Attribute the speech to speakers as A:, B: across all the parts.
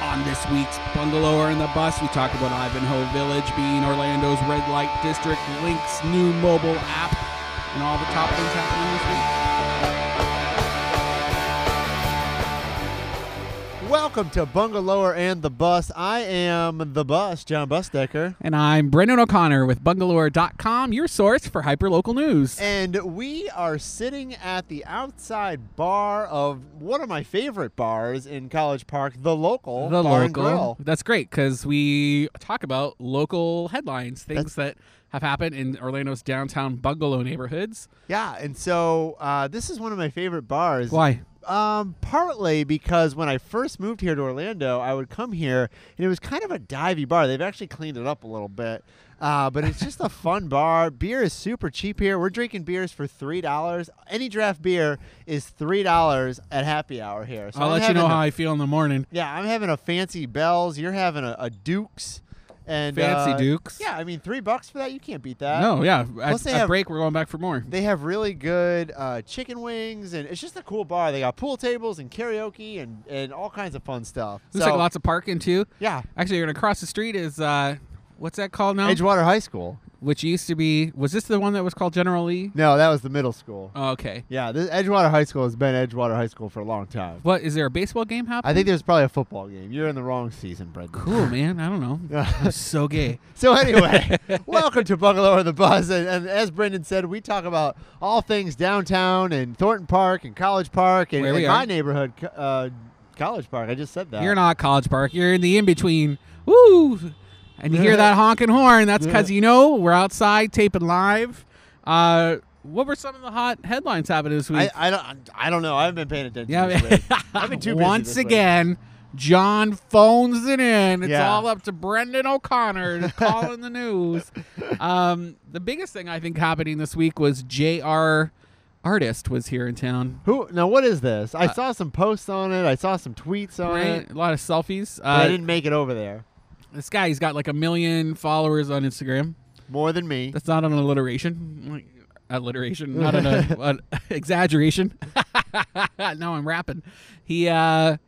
A: On this week's Bungalower in the Bus, we talk about Ivanhoe Village being Orlando's red light district, Link's new mobile app, and all the top things happening this week.
B: Welcome to Bungalower and the Bus. I am the Bus, John Busdecker,
A: And I'm Brendan O'Connor with Bungalower.com, your source for hyperlocal news.
B: and we are sitting at the outside bar of one of my favorite bars in College Park, the local
A: the
B: Bar and
A: local.
B: Grill.
A: That's great because we talk about local headlines, things that have happened in Orlando's downtown bungalow neighborhoods.
B: Yeah, and so uh, this is one of my favorite bars.
A: Why?
B: Um, partly because when I first moved here to Orlando, I would come here, and it was kind of a divey bar. They've actually cleaned it up a little bit, uh, but it's just a fun bar. Beer is super cheap here. We're drinking beers for three dollars. Any draft beer is three dollars at happy hour here. So
A: I'll
B: I'm
A: let you know
B: having
A: how
B: a-
A: I feel in the morning.
B: yeah, I'm having a fancy Bell's. You're having a, a Duke's, and
A: Fancy
B: uh,
A: Dukes.
B: Yeah, I mean three bucks for that. You can't beat that.
A: No, yeah. At,
B: Uh, they
A: at
B: have-
A: break, we're going back for more.
B: They have really good uh, chicken wings, and it's just a cool bar. They got pool tables and karaoke and, and all kinds of fun stuff.
A: Looks
B: so,
A: like lots of parking too.
B: Yeah,
A: Actually, you're gonna cross the street is uh, what's that called now?
B: Edgewater High School.
A: Which used to be was this the one that was called General Lee?
B: No, that was the middle school.
A: Oh, okay.
B: Yeah, this Edgewater High School has been Edgewater High School for a long time.
A: What is there a baseball game happening?
B: I think there's probably a football game. You're in the wrong season, Brendan.
A: cool, man. I don't know. I'm so gay.
B: So anyway, welcome to Bungalow of the Buzz, and, and as Brendan said, we talk about all things downtown and Thornton Park and College Park and,
A: Where we
B: and
A: are.
B: my neighborhood, co- uh, College Park. I just said that.
A: You're not College Park. You're in the in between. Woo! And you hear that honking horn. That's because you know we're outside taping live. Uh, what were some of the hot headlines happening this week?
B: I, I don't I don't know. I haven't been paying attention.
A: Yeah,
B: this
A: man.
B: week. I've been too busy
A: Once
B: this week.
A: again, John phones it in. It's
B: Yeah.
A: all up to Brendan O'Connor to call in the news. Um, the biggest thing I think happening this week was J.R. Artist was here in town.
B: Who now? What is this? I saw some posts on it. I saw some tweets on
A: Uh, Right,
B: it.
A: a lot of selfies.
B: but I
A: Uh,
B: didn't make it over there.
A: this guy, he's got like a million followers on Instagram.
B: More than me.
A: That's not an alliteration. Like, Alliteration, not an, uh, uh, exaggeration. now I'm rapping. He uh,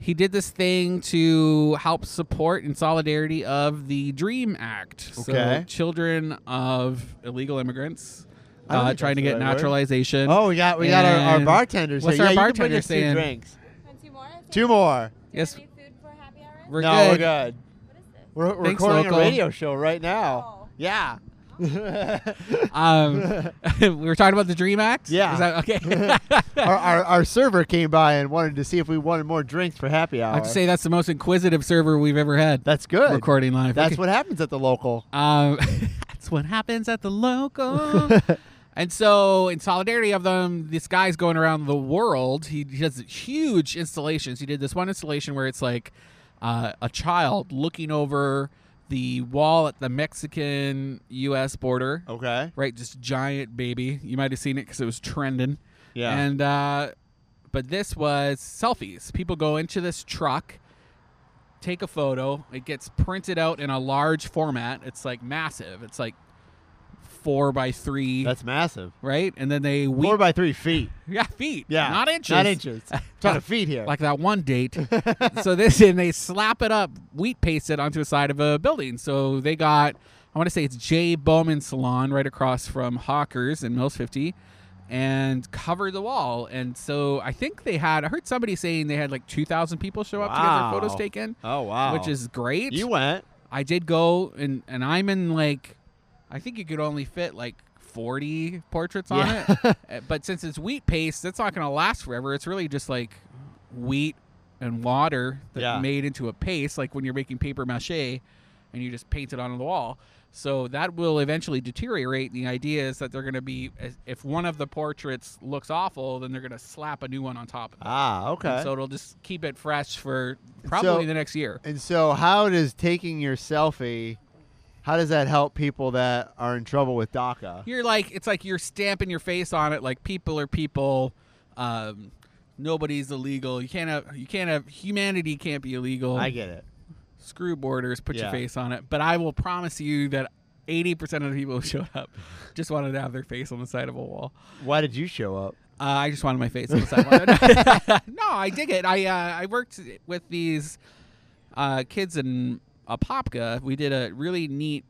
A: he did this thing to help support and solidarity of the Dream Act. So
B: Okay.
A: children of illegal immigrants
B: I don't
A: uh,
B: think
A: trying to get
B: that's the right word.
A: naturalization.
B: oh, we got we got our, our
A: And
B: bartenders.
A: what's
B: here.
A: our
B: yeah,
A: bartender
B: you can bring us
A: saying?
B: Two drinks.
C: Want two more?
A: Yes.
B: Two more.
C: Is there- Do you have any food for happy hour?
A: We're
B: no,
A: good.
B: we're good.
C: what is this?
B: We're we're
A: Thanks,
B: recording
A: local.
B: a radio show right now.
C: Oh.
B: Yeah.
A: Um, we were talking about the Dream Act.
B: Yeah.
A: Is that, okay.
B: our, our our server came by and wanted to see if we wanted more drinks for happy hour.
A: I have to say that's the most inquisitive server we've ever had.
B: that's good.
A: recording live.
B: That's
A: Okay.
B: what happens at the local.
A: Um, that's what happens at the local. and so, in solidarity of them, this guy's going around the world. He does huge installations. He did this one installation where it's like uh, a child looking over the wall at the Mexican U.S. border.
B: Okay.
A: Right, just giant baby. You might have seen it because it was trending.
B: Yeah.
A: And uh, but this was selfies. People go into this truck, take a photo. It gets printed out in a large format. It's like massive. It's like four by three.
B: That's massive.
A: right. And then they we-
B: Four by three feet.
A: yeah feet
B: Yeah.
A: not inches
B: Not inches. Trying to feed here.
A: like that one date. so this and they slap it up, wheat paste it onto the side of a building. So they got I want to say it's Jay Bowman Salon right across from Hawkers in Mills 50 and covered the wall. And so I think they had I heard somebody saying they had like 2,000 people show up
B: Wow.
A: to get their photos taken,
B: oh wow.
A: which is great.
B: you went.
A: I did go and and I'm in like I think you could only fit like 40 portraits on
B: Yeah.
A: it. Uh, but since it's wheat paste, that's not going to last forever. It's really just like wheat and water that
B: Yeah.
A: made into a paste like when you're making paper mache and you just paint it onto the wall. So that will eventually deteriorate. The idea is that they're going to be as- if one of the portraits looks awful, then they're going to slap a new one on top of it.
B: Ah, okay.
A: And so it'll just keep it fresh for probably the next year.
B: And so, how does taking your selfie, how does that help people that are in trouble with DACA?
A: You're like it's like you're stamping your face on it. Like people are people. Um, nobody's illegal. You can't have you can't have humanity can't be illegal.
B: I get it.
A: Screw borders. Put your
B: Yeah.
A: face on it. But I will promise you that. 80% of the people who showed up just wanted to have their face on the side of a wall.
B: Why did you show up?
A: Uh, I just wanted my face on the side of a wall. no, I dig it. I, uh, I worked with these uh, kids in Apopka, we did a really neat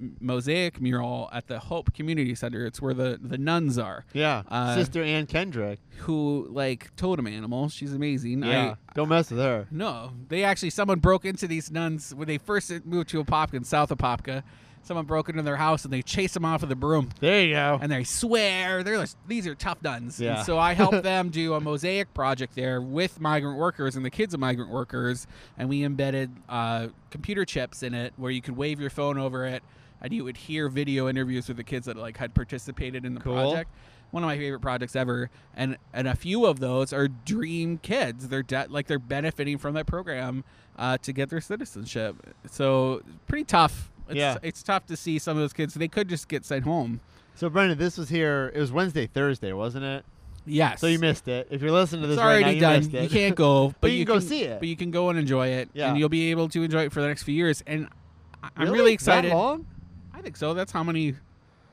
A: m- mosaic mural at the Hope Community Center. It's where the, the nuns are,
B: Yeah,
A: Uh,
B: Sister Ann Kendrick.
A: who like totem animal. She's amazing. I-
B: Yeah, don't mess with her.
A: no, they actually someone broke into these nuns when they first moved to Apopka, South Apopka. Someone broke into their house and they chased them off with a broom.
B: There you go.
A: And they swear they're just, these are tough nuns. And
B: Yeah.
A: so I helped them do a mosaic project there with migrant workers and the kids of migrant workers, and we embedded uh, computer chips in it where you could wave your phone over it, and you would hear video interviews with the kids that like had participated in the
B: Cool.
A: project. One of my favorite projects ever, and and a few of those are Dream Kids. They're de- like they're benefiting from that program uh, to get their citizenship. So pretty tough. It's,
B: Yeah.
A: it's tough to see some of those kids. They could just get sent home.
B: So Brendan, this was here. It was Wednesday, Thursday, wasn't it?
A: Yes.
B: So you missed it. If you're listening to this
A: It's
B: right now,
A: already
B: you
A: done.
B: missed it.
A: You can't go, but,
B: But you can go see it.
A: But you can go and enjoy it,
B: Yeah.
A: and you'll be able to enjoy it for the next few years. And I- I'm
B: Really?
A: really excited.
B: That long?
A: I think so. That's how many.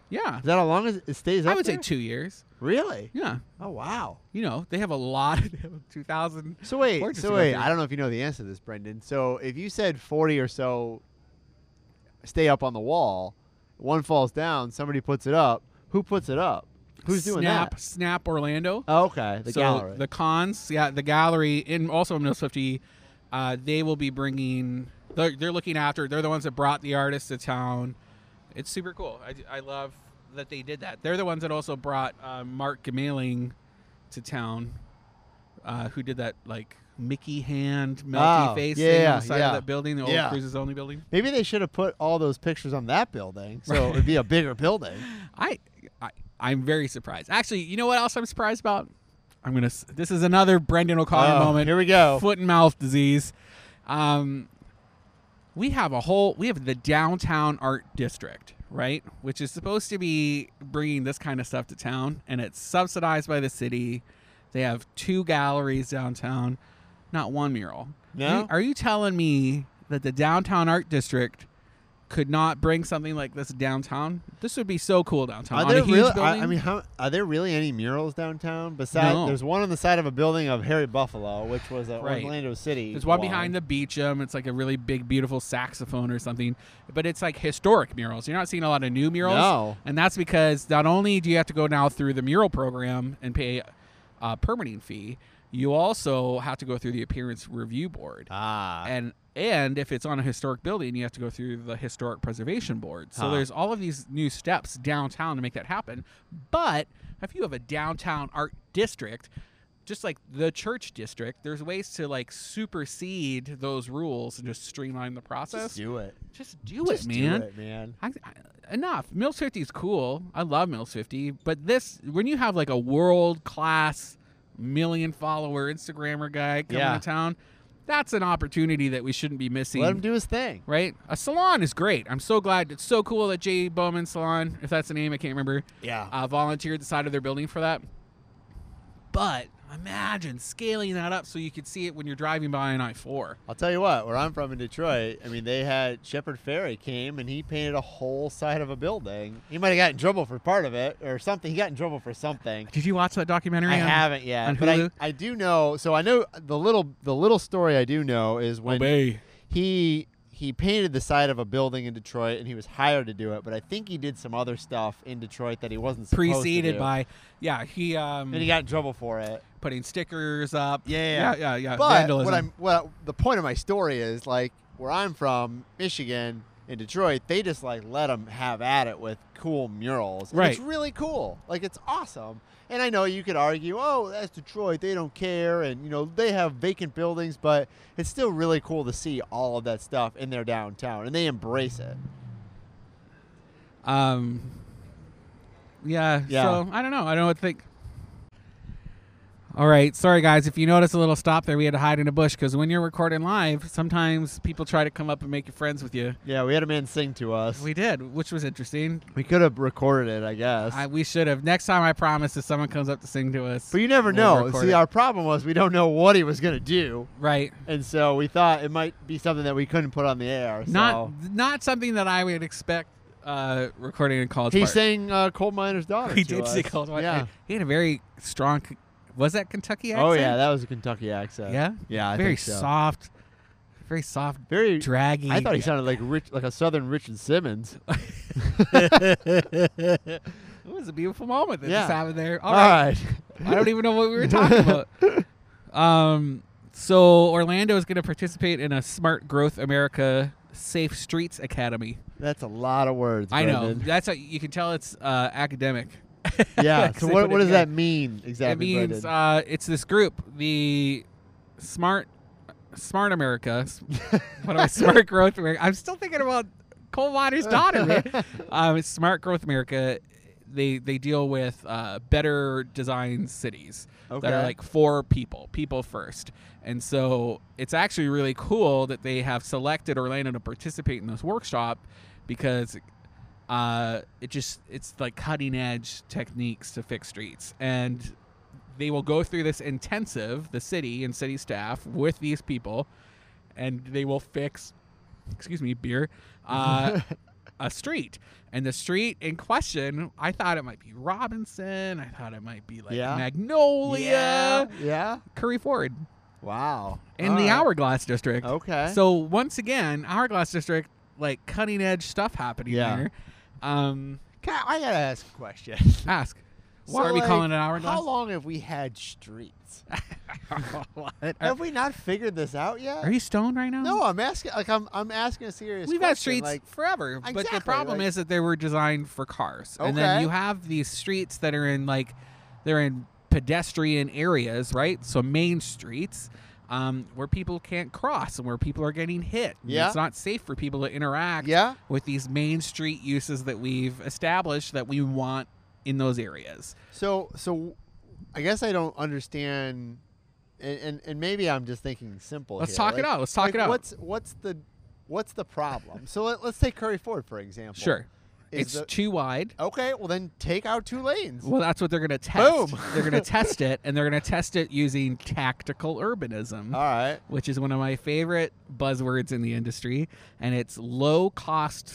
A: Yeah,
B: Is that how long it it stays?
A: I
B: up
A: would say
B: there?
A: two years.
B: Really?
A: Yeah,
B: Oh wow.
A: you know they have a lot. They have 2,000.
B: So wait,
A: Gorgeous
B: so
A: to go
B: wait.
A: through.
B: I don't know if you know the answer to this, Brendan. So if you said 40 or so stay up on the wall, one falls down, somebody puts it up. Who puts it up? Who's doing
A: Snap,
B: that?
A: Snap Orlando.
B: Oh, okay, the
A: so
B: gallery.
A: the cons, yeah, the gallery, and also in Mill Swifty, uh, they will be bringing. They're, they're looking after. They're the ones that brought the artists to town. It's super cool. I, I love that they did that. They're the ones that also brought uh, Mark Gamaling to town, uh, who did that like Mickey hand, melty
B: Oh,
A: face
B: yeah,
A: thing on the side
B: yeah.
A: of that building, the old
B: Yeah.
A: Cruises Only building.
B: Maybe they should have put all those pictures on that building, so it would be a bigger building.
A: I, I I'm very surprised. Actually, you know what else I'm surprised about? I'm gonna. s- This is another Brendan O'Connor
B: Oh,
A: moment.
B: Here we go.
A: foot and mouth disease. Um, we have a whole we have the downtown art district, right, which is supposed to be bringing this kind of stuff to town, and it's subsidized by the city. They have two galleries downtown, not one mural.
B: No?
A: You- are you telling me that the downtown art district could not bring something like this downtown? This would be so cool downtown.
B: Are
A: On a
B: there
A: huge
B: really? I,
A: building?
B: I mean, how, are there really any murals downtown? Besides,
A: No.
B: there's one on the side of a building of Harry Buffalo, which was a
A: Right.
B: Orlando City.
A: There's one behind the Beecham. It's like a really big, beautiful saxophone or something. But it's like historic murals. You're not seeing a lot of new murals.
B: No.
A: And that's because not only do you have to go now through the mural program and pay a permitting fee, you also have to go through the appearance review board.
B: Ah,
A: and and if it's on a historic building, you have to go through the historic preservation board. So
B: Huh.
A: there's all of these new steps downtown to make that happen. But if you have a downtown art district, just like the church district, there's ways to like supersede those rules and just streamline the process.
B: just do it.
A: Just do
B: Just
A: it, man.
B: do it, man.
A: I, I, enough. Mills 50 is cool. I love Mills 50. But this, when you have like a world class million follower Instagrammer guy coming
B: Yeah.
A: to town, that's an opportunity that we shouldn't be missing.
B: Let him do his thing.
A: right? A salon is great. I'm so glad. It's so cool that J. Bowman Salon, if that's the name, I can't remember,
B: Yeah.
A: uh, volunteered the side of their building for that. But imagine scaling that up so you could see it when you're driving by an I 4.
B: I'll tell you what. Where I'm from in Detroit, I mean, they had Shepard Ferry came and he painted a whole side of a building. He might have got in trouble for part of it or something. He got in trouble for something.
A: Did you watch that documentary?
B: I
A: on-
B: haven't yet,
A: on
B: but I,
A: Hulu?
B: I do know. So I know the little the little story I do know is when
A: Obey.
B: he he painted the side of a building in Detroit, and he was hired to do it. But I think he did some other stuff in Detroit that he wasn't supposed to
A: preceded
B: do.
A: by yeah he um
B: and he got in trouble for it.
A: putting stickers up yeah
B: Yeah.
A: yeah yeah
B: But
A: vandalism
B: what I'm what the point of my story is like where I'm from, Michigan. In Detroit, they just like let them have at it with cool murals. And It's
A: Right.
B: really cool. Like it's awesome. And I know you could argue, oh, that's Detroit. They don't care, and you know they have vacant buildings, but it's still really cool to see all of that stuff in their downtown, and they embrace it.
A: um yeah,
B: Yeah.
A: so I don't know I don't know what to think all right sorry guys if you notice a little stop there we had to hide in a bush because when you're recording live sometimes people try to come up and make your friends with you
B: Yeah, we had a man sing to us. We,
A: we did which was interesting
B: could have recorded it, I guess.
A: I, we should have next time I promise if someone comes up to sing to us
B: but you never
A: we'll
B: know.
A: record
B: See,
A: it.
B: our problem was we don't know what he was going to do.
A: right
B: And so we thought it might be something that we couldn't put on the air.
A: not
B: so.
A: not something that I would expect uh recording in college
B: He
A: park.
B: sang uh, Coal Miner's Daughter.
A: He
B: to
A: did
B: us.
A: see Cold White.
B: Yeah.
A: He had a very strong. Was that Kentucky accent?
B: Oh, yeah. That was a Kentucky accent.
A: yeah.
B: Yeah. I
A: very
B: think so.
A: soft. Very soft,
B: Very.
A: draggy.
B: I thought he sounded like rich, like a southern Richard Simmons.
A: it was a beautiful moment that
B: Yeah.
A: just happened there.
B: All right.
A: I don't even know what we were talking about. Um, so Orlando is going to participate in a Smart Growth America Safe Streets Academy.
B: That's a lot of words.
A: I know
B: Brendan.
A: that's how you can tell it's uh, academic.
B: Yeah.
A: Because
B: so
A: they
B: what,
A: put
B: what
A: it
B: does that
A: together.
B: mean exactly?
A: it means
B: Brendan?
A: uh, it's this group, the Smart Smart America. s- uh, what am I? Smart Growth America. I'm still thinking about Cold Water's daughter. Man. Um, it's Smart Growth America. They they deal with uh, better design cities that
B: Okay.
A: are like for people, people first. And so it's actually really cool that they have selected Orlando to participate in this workshop because uh, it just it's like cutting edge techniques to fix streets and they will go through this intensive the city and city staff with these people and they will fix excuse me beer uh, a street and the street in question i thought it might be robinson i thought it might be like
B: Yeah.
A: magnolia
B: yeah. Yeah.
A: curry ford
B: Wow.
A: in
B: All
A: the
B: right.
A: hourglass district
B: Okay.
A: so once again, Hourglass District, like cutting edge stuff happening
B: Yeah.
A: there. Um,
B: Can I, I gotta ask a question.
A: ask.
B: So,
A: Why are we
B: like,
A: calling it Hourglass?
B: How long have we had streets?
A: What? are,
B: have we not figured this out yet?
A: are you stoned right now?
B: no, I'm asking. Like I'm, I'm asking a serious.
A: We've
B: question.
A: had streets
B: Like,
A: forever, but
B: Exactly,
A: the problem
B: like-
A: is that they were designed for cars, and then
B: Okay.
A: you have these streets that are in like they're in pedestrian areas, right? So main streets. Um, where people can't cross and where people are getting hit. and
B: Yeah.
A: It's not safe for people to interact
B: yeah.
A: with these main street uses that we've established that we want in those areas.
B: So, so, I guess I don't understand, and and, and maybe I'm just thinking simple.
A: Let's
B: here.
A: talk it
B: Like-
A: out. Let's talk
B: like
A: it out.
B: What's what's the what's the problem? so let, let's take Curry Ford for example.
A: Sure.
B: Is
A: It's
B: the-
A: too wide.
B: okay. Well, then take out two lanes.
A: Well, that's what they're going to test.
B: Boom.
A: they're going to test it, and they're going to test it using tactical urbanism,
B: All right.
A: which is one of my favorite buzzwords in the industry. And it's low cost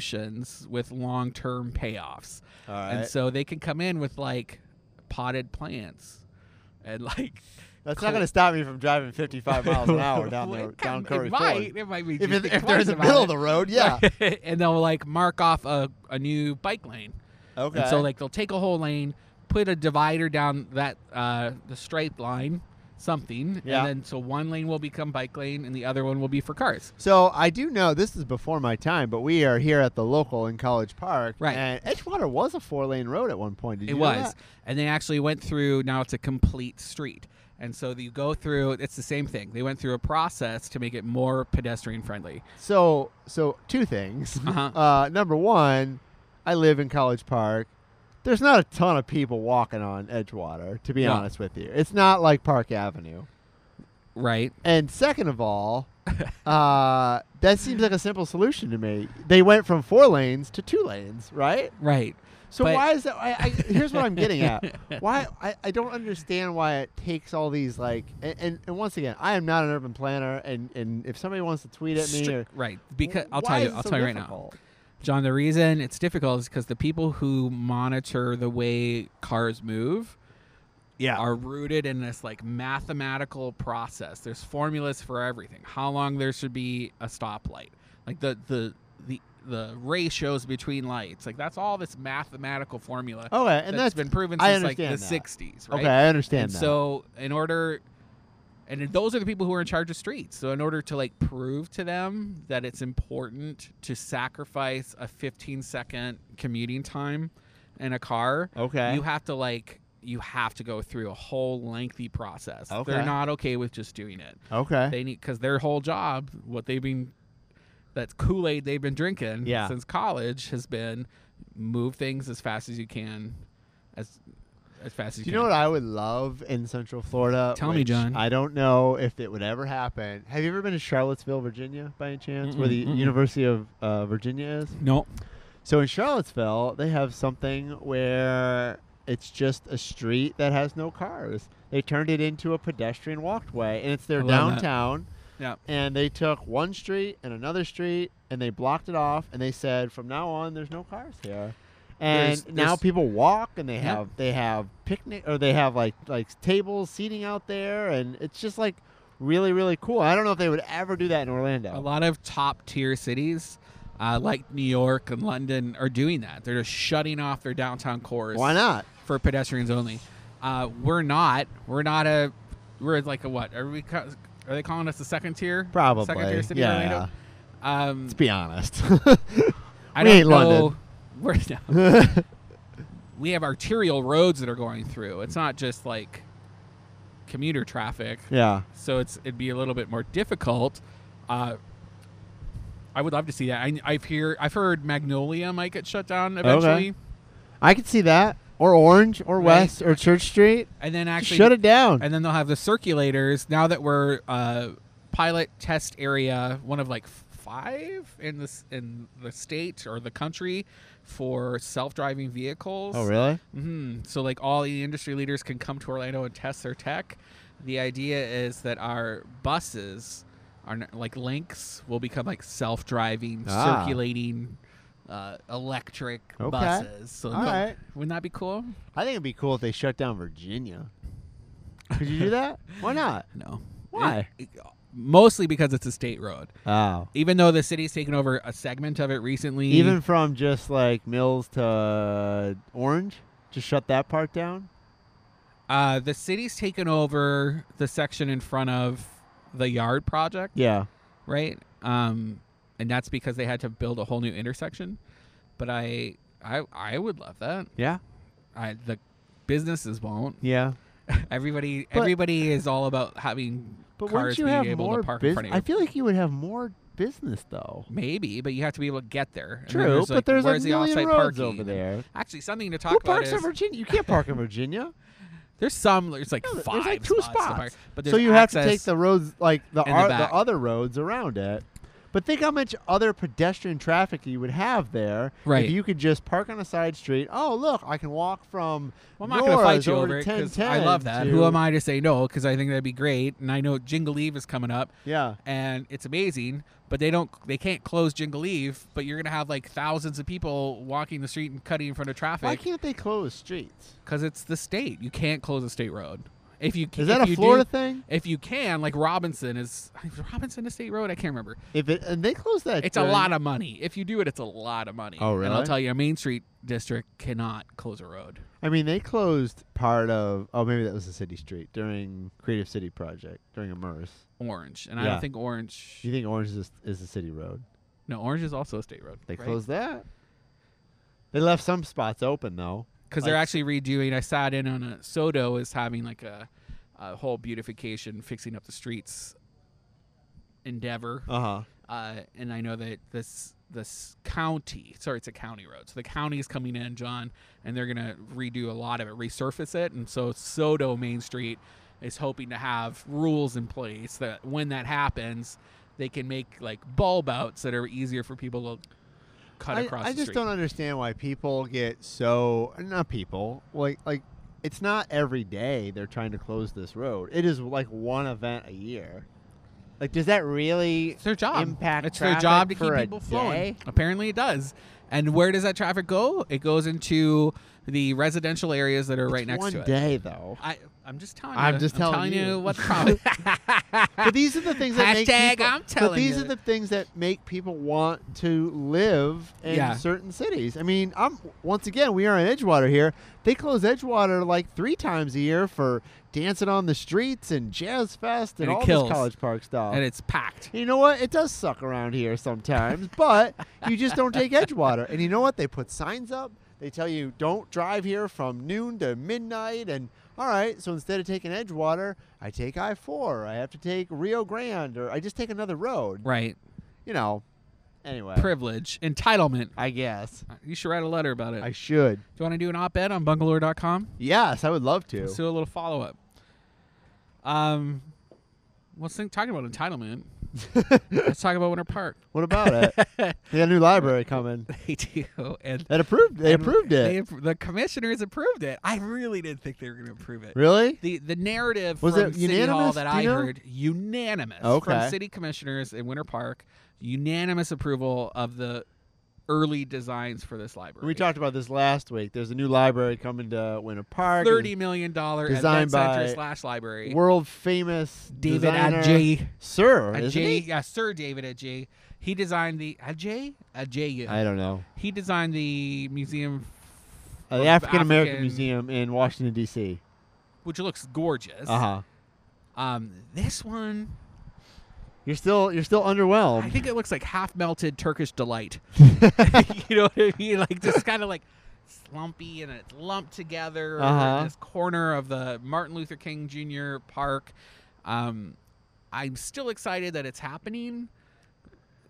A: solutions with long term payoffs.
B: All right.
A: And so they can come in with like potted plants and like
B: That's
A: cool.
B: not going to stop me from driving 55 miles an hour Oh, down
A: Well,
B: the
A: it
B: down
A: kind-
B: Curry
A: it
B: Ford.
A: might, it might be
B: if,
A: you
B: it,
A: think
B: if they're in
A: twice
B: the
A: about
B: middle
A: it.
B: of the road, yeah.
A: and they'll like mark off a, a new bike lane.
B: Okay.
A: And so like they'll take a whole lane, put a divider down that uh the striped line, something,
B: Yeah.
A: and then so one lane will become bike lane and the other one will be for cars.
B: So I do know this is before my time, but we are here at the local in College Park.
A: Right.
B: And Edgewater was a four lane road at one point. Did you
A: it
B: know
A: was.
B: that?
A: And they actually went through now it's a complete street. And so you go through it's the same thing. They went through a process to make it more pedestrian friendly.
B: So so two things.
A: Uh-huh.
B: Uh, number one, I live in College Park. There's not a ton of people walking on Edgewater, to be
A: No.
B: honest with you. It's not like Park Avenue.
A: Right.
B: And second of all, uh, that seems like a simple solution to me. They went from four lanes to two lanes, right?
A: Right.
B: So
A: But-
B: why is that? I, I, here's what I'm getting at. Why I, I don't understand why it takes all these like and, and, and once again I am not an urban planner and, and if somebody wants to tweet at me
A: Stri-
B: or
A: right. Because I'll
B: why
A: tell you
B: is it
A: I'll
B: so
A: tell you right now.
B: difficult?
A: John, the reason it's difficult is because the people who monitor the way cars move
B: Yeah.
A: are rooted in this like mathematical process. There's formulas for everything. How long there should be a stoplight. Like the the the the ratios between lights. Like that's all this mathematical formula
B: Okay, Oh, and
A: that's
B: that's
A: been proven
B: I
A: since like the
B: understand that.
A: 60s, right?
B: okay. I understand
A: and
B: that.
A: so in order and then those are the people who are in charge of streets so in order to like prove to them that it's important to sacrifice a 15 second commuting time in a car
B: okay.
A: you have to like you have to go through a whole lengthy process
B: Okay.
A: they're not okay with just doing it
B: okay.
A: they need because their whole job what they've been that kool-aid they've been drinking
B: Yeah.
A: since college has been move things as fast as you can as as fast as you
B: Do you
A: can
B: know what I would love in Central Florida?
A: Tell me,
B: which
A: John.
B: I don't know if it would ever happen. Have you ever been to Charlottesville, Virginia, by any chance, where
A: Mm-mm,
B: the
A: mm-mm.
B: University of uh, Virginia is?
A: no
B: So in Charlottesville, they have something where it's just a street that has no cars. They turned it into a pedestrian walkway, and it's their
A: I love that.
B: downtown.
A: Yeah.
B: And they took one street and another street, and they blocked it off, and they said, from now on, there's no cars here. And
A: There's-
B: now
A: there's-
B: people walk, and they
A: Yeah.
B: have they have picnic or they have like like tables, seating out there, and it's just like really, really cool. I don't know if they would ever do that in
A: A
B: Orlando.
A: lot of top tier cities, uh, like New York and London, are doing that. They're just shutting off their downtown cores.
B: Why not?
A: for pedestrians only. Uh, we're not. We're not a. We're like a what? Are we? ca- Are they calling us the second tier?
B: Probably,
A: Second tier city.
B: yeah.
A: Orlando? Um,
B: Let's be honest.
A: I
B: we
A: don't
B: ain't
A: know.
B: London.
A: We're, no. we have arterial roads that are going through. It's not just like commuter traffic.
B: yeah.
A: So it's it'd be a little bit more difficult. Uh, I would love to see that. I, I've hear I've heard Magnolia might get shut down eventually,
B: I could see that. Or Orange or
A: Right.
B: West or Church Street.
A: and then
B: Just
A: actually
B: Shut it down.
A: and then they'll have the circulators now that we're uh, pilot test area one of like five in this in the state or the country for self-driving vehicles
B: oh, really?
A: hmm so like all the industry leaders can come to orlando and test their tech the idea is that our buses are n- like links will become like self-driving
B: Ah.
A: circulating uh, electric
B: Okay.
A: buses so
B: All right.
A: wouldn't that be cool
B: I think it'd be cool if they shut down Virginia. Could you do that? Why not?
A: no
B: Why?
A: It- it- mostly because it's a state road
B: Oh.
A: even though the city's taken over a segment of it recently.
B: Even from just like Mills to Orange, just shut that part down.
A: uh, the city's taken over the section in front of the yard project,
B: Yeah.
A: right? Um, and that's because they had to build a whole new intersection. But I, I, I would love that.
B: Yeah.
A: I the businesses won't.
B: Yeah.
A: Everybody,
B: But-
A: everybody is all about having
B: But
A: cars
B: wouldn't you
A: being
B: have
A: able
B: more
A: to park in
B: bus-
A: front of
B: I
A: you.
B: feel like you would have more business though.
A: Maybe, but you have to be able to get there. And then
B: True, but
A: like,
B: there's a
A: where's the
B: million
A: offsite
B: roads
A: parking?
B: over there.
A: Actually, something to talk
B: Who
A: about
B: parks
A: is
B: in Virginia? You can't park in Virginia.
A: there's some. There's like
B: No,
A: five.
B: there's like two
A: spots. to
B: spots.
A: park, but
B: so
A: there's
B: you have to take
A: access-
B: the roads, like the,
A: in the
B: ar- the,
A: back.
B: other roads around it. But think how much other pedestrian traffic you would have there
A: Right.
B: if you could just park on a side street. Oh, look, I can walk from.
A: Well, I'm not going to fight
B: Nora's
A: you
B: over
A: over it
B: to
A: 'cause
B: 1010
A: I love that.
B: to-
A: Who am I to say no? Because I think that'd be great, and I know Jingle Eve is coming up,
B: Yeah,
A: and it's amazing. But they don't, they can't close Jingle Eve. But you're going to have like thousands of people walking the street and cutting in front of
B: why
A: traffic
B: can't they close streets?
A: because it's the state. You can't close a state road. If you if
B: Is that a
A: you
B: Florida
A: do,
B: thing?
A: If you can, like Robinson is, is Robinson a state road? I can't remember.
B: If it and they close that,
A: It's a lot of money. If you do it, it's a lot of money.
B: Oh,
A: And I'll
B: really?
A: tell you, a Main Street district cannot close a road.
B: I mean, they closed part of. Oh, maybe that was the city street during Creative City Project during Immerse.
A: Orange, and I
B: Yeah.
A: don't think Orange.
B: Do you think Orange is is the city road?
A: No, Orange is also a state road.
B: They closed that. They left some spots open though.
A: because they're
B: like-
A: actually redoing. I saw it in on a Soto is having like a, a whole beautification, fixing up the streets endeavor.
B: Uh huh.
A: Uh, and I know that this this county, sorry, it's a county road. So the county is coming in, John, and they're gonna redo a lot of it, resurface it, and so Soto Main Street is hoping to have rules in place that when that happens, they can make like bulb outs that are easier for people to cut
B: I,
A: across.
B: I
A: the
B: just
A: street.
B: don't understand why people get so not people like like it's not every day they're trying to close this road. It is like one event a year. Like, does that really?
A: It's their job.
B: impact
A: it's their
B: traffic
A: job to keep
B: for a
A: people flowing.
B: day?
A: Apparently, it does. And where does that traffic go? It goes into the residential areas that are right
B: It's
A: next
B: one
A: to it.
B: day though.
A: I, I'm just telling you.
B: I'm just telling
A: you,
B: you.
A: what the problem.
B: but these are the things
A: Hashtag
B: that make people,
A: I'm
B: but
A: telling
B: these
A: you.
B: are the things that make people want to live in
A: Yeah.
B: certain cities. I mean, I'm once again we are in Edgewater here. They close Edgewater like three times a year for dancing on the streets and jazz fest and,
A: And it
B: all
A: kills.
B: this college park stuff.
A: and it's packed.
B: And you know what? It does suck around here sometimes, but you just don't take Edgewater. And you know what? They put signs up. They tell you don't drive here from noon to midnight. And all right, so instead of taking Edgewater, I take I four. I have to take Rio Grande, or I just take another road.
A: Right.
B: You know. Anyway,
A: Privilege. Entitlement.
B: I guess
A: You should write a letter about it.
B: I should.
A: do you want to do an op ed on bungalore.com?
B: Yes, I would love to.
A: Let's do a little follow up. Um, let's think, talking about entitlement. let's talk about Winter Park.
B: what about it? they got a new library coming.
A: They do. And
B: That approved. They
A: And
B: approved
A: they
B: it.
A: appro- the commissioners approved it. I really didn't think they were going to approve it.
B: Really?
A: The the narrative
B: Was
A: from
B: it
A: City Hall
B: unanimous?
A: that
B: Do you
A: I
B: know?
A: heard unanimous
B: Okay.
A: from city commissioners in Winter Park, unanimous approval of the early designs for this library.
B: We talked about this last week. There's a new library coming to Winter Park.
A: thirty million dollar event
B: Designed
A: center
B: by
A: slash library.
B: World famous
A: David E
B: designer,
A: Adjaye.
B: Sir, isn't
A: Ajay,
B: he?
A: yeah, Sir David Ajay. He designed the Ajay Ajay.
B: I don't know.
A: He designed the museum,
B: Uh,
A: Of
B: the African American
A: African-
B: Museum in Washington D.C.
A: which looks gorgeous.
B: Uh huh.
A: Um, this one,
B: You're still you're still underwhelmed.
A: I think it looks like half melted Turkish delight. you know what I mean? Like just kind of like slumpy and it's lumped together in
B: Uh-huh.
A: this corner of the Martin Luther King Jr. Park. Um, I'm still excited that it's happening.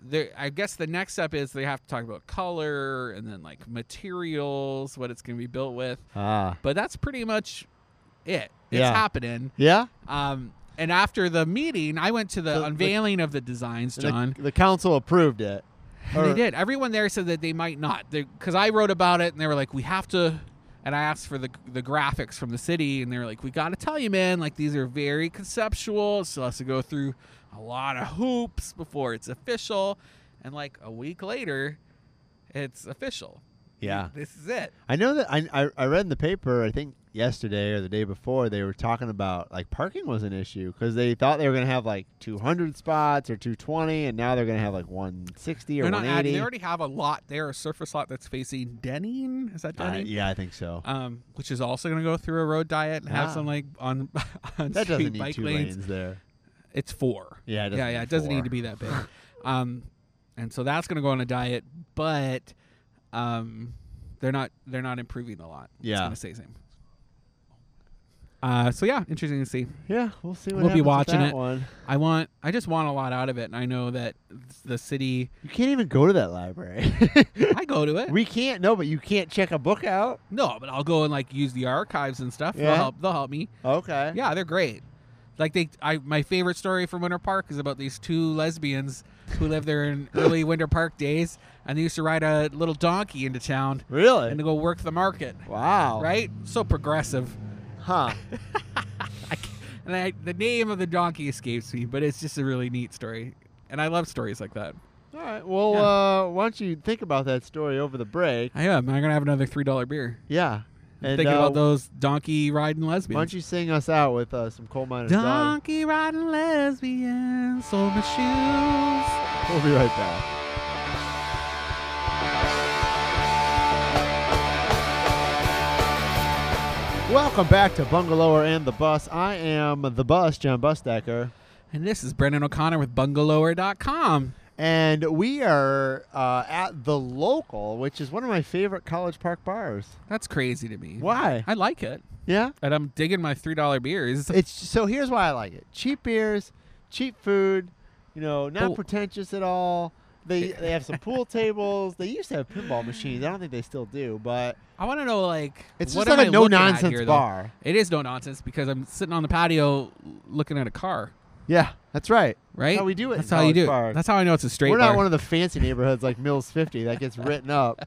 A: There, I guess the next step is they have to talk about color and then like materials, what it's going to be built with.
B: ah.
A: But that's pretty much it. It's
B: Yeah.
A: happening.
B: Yeah.
A: Um, and after the meeting, I went to the,
B: The- the-
A: unveiling of the designs,
B: And the-
A: John.
B: The, council approved it.
A: And
B: Or-
A: they did. Everyone there said that they might not, because I wrote about it, and they were like, "We have to." And I asked for the the graphics from the city, and they were like, "We got to tell you, man. Like these are very conceptual. So has to go through a lot of hoops before it's official." And like a week later, it's official.
B: Yeah.
A: this is it.
B: I know that I, I I read in the paper I think yesterday or the day before they were talking about like parking was an issue because they thought they were gonna have like 200 spots or 220 and now they're gonna have like 160 or
A: They're not adding.
B: 180.
A: They already have a lot there, a surface lot that's facing Denning. Is that
B: Uh,
A: Denning?
B: yeah, I think so.
A: Um, which is also going to go through a road diet and have
B: Ah.
A: some like on, on
B: that
A: street
B: doesn't need
A: bike
B: two
A: lanes.
B: lanes. there.
A: It's four.
B: Yeah, it doesn't
A: yeah, yeah.
B: need
A: It doesn't
B: four.
A: need to be that big. um, and so that's going to go on a diet, but um, they're not they're not improving a lot.
B: Yeah.
A: it's going to stay the same. Uh, so yeah, interesting to see.
B: Yeah, we'll see. What
A: We'll be
B: happens with
A: watching
B: that
A: it.
B: One.
A: I want, I just want a lot out of it, and I know that the city.
B: You can't even go to that library.
A: I go to it.
B: we can't. No, but you can't check a book out.
A: no, but I'll go and like use the archives and stuff. They'll
B: Yeah.
A: help. They'll help me.
B: Okay.
A: Yeah, they're great. Like they, I my favorite story from Winter Park is about these two lesbians who lived there in early Winter Park days, and they used to ride a little donkey into town
B: Really?
A: and to go work the market.
B: wow.
A: Right? So progressive.
B: Huh.
A: I c and I, the name of the donkey escapes me, but it's just a really neat story, and I love stories like that.
B: All right. Well, uh, why don't you think about that story over the break?
A: I am. I'm gonna have another three dollar beer.
B: Yeah. And
A: Thinking
B: uh,
A: about those donkey riding
B: Why don't
A: lesbians.
B: you sing us out with uh, some coal miners? Dog?
A: Donkey riding lesbians, sold my shoes.
B: We'll be right back. Welcome back to Bungalower and the Bus. I am the Bus, John Busdecker,
A: And this is Brendan O'Connor with bungalower.com.
B: and we are uh, at the local, which is one of my favorite College Park bars.
A: That's crazy to me.
B: Why?
A: I like it.
B: Yeah.
A: And I'm digging my $3 beers.
B: It's so here's why I like it: cheap beers, cheap food. You know, not
A: Oh.
B: pretentious at all. They they have some pool tables. They used to have pinball machines. I don't think they still do, but
A: I want to know, like,
B: it's
A: what
B: just
A: am
B: like
A: I
B: a no
A: looking at
B: nonsense
A: here, though?
B: bar.
A: It is no nonsense because I'm sitting on the patio looking at a car,
B: Yeah, that's right.
A: right?
B: how we do it in
A: That's how you
B: College
A: do it.
B: Park.
A: That's how I know it's a straight
B: We're
A: bar.
B: not one of the fancy neighborhoods like Mills Fifty that gets written up.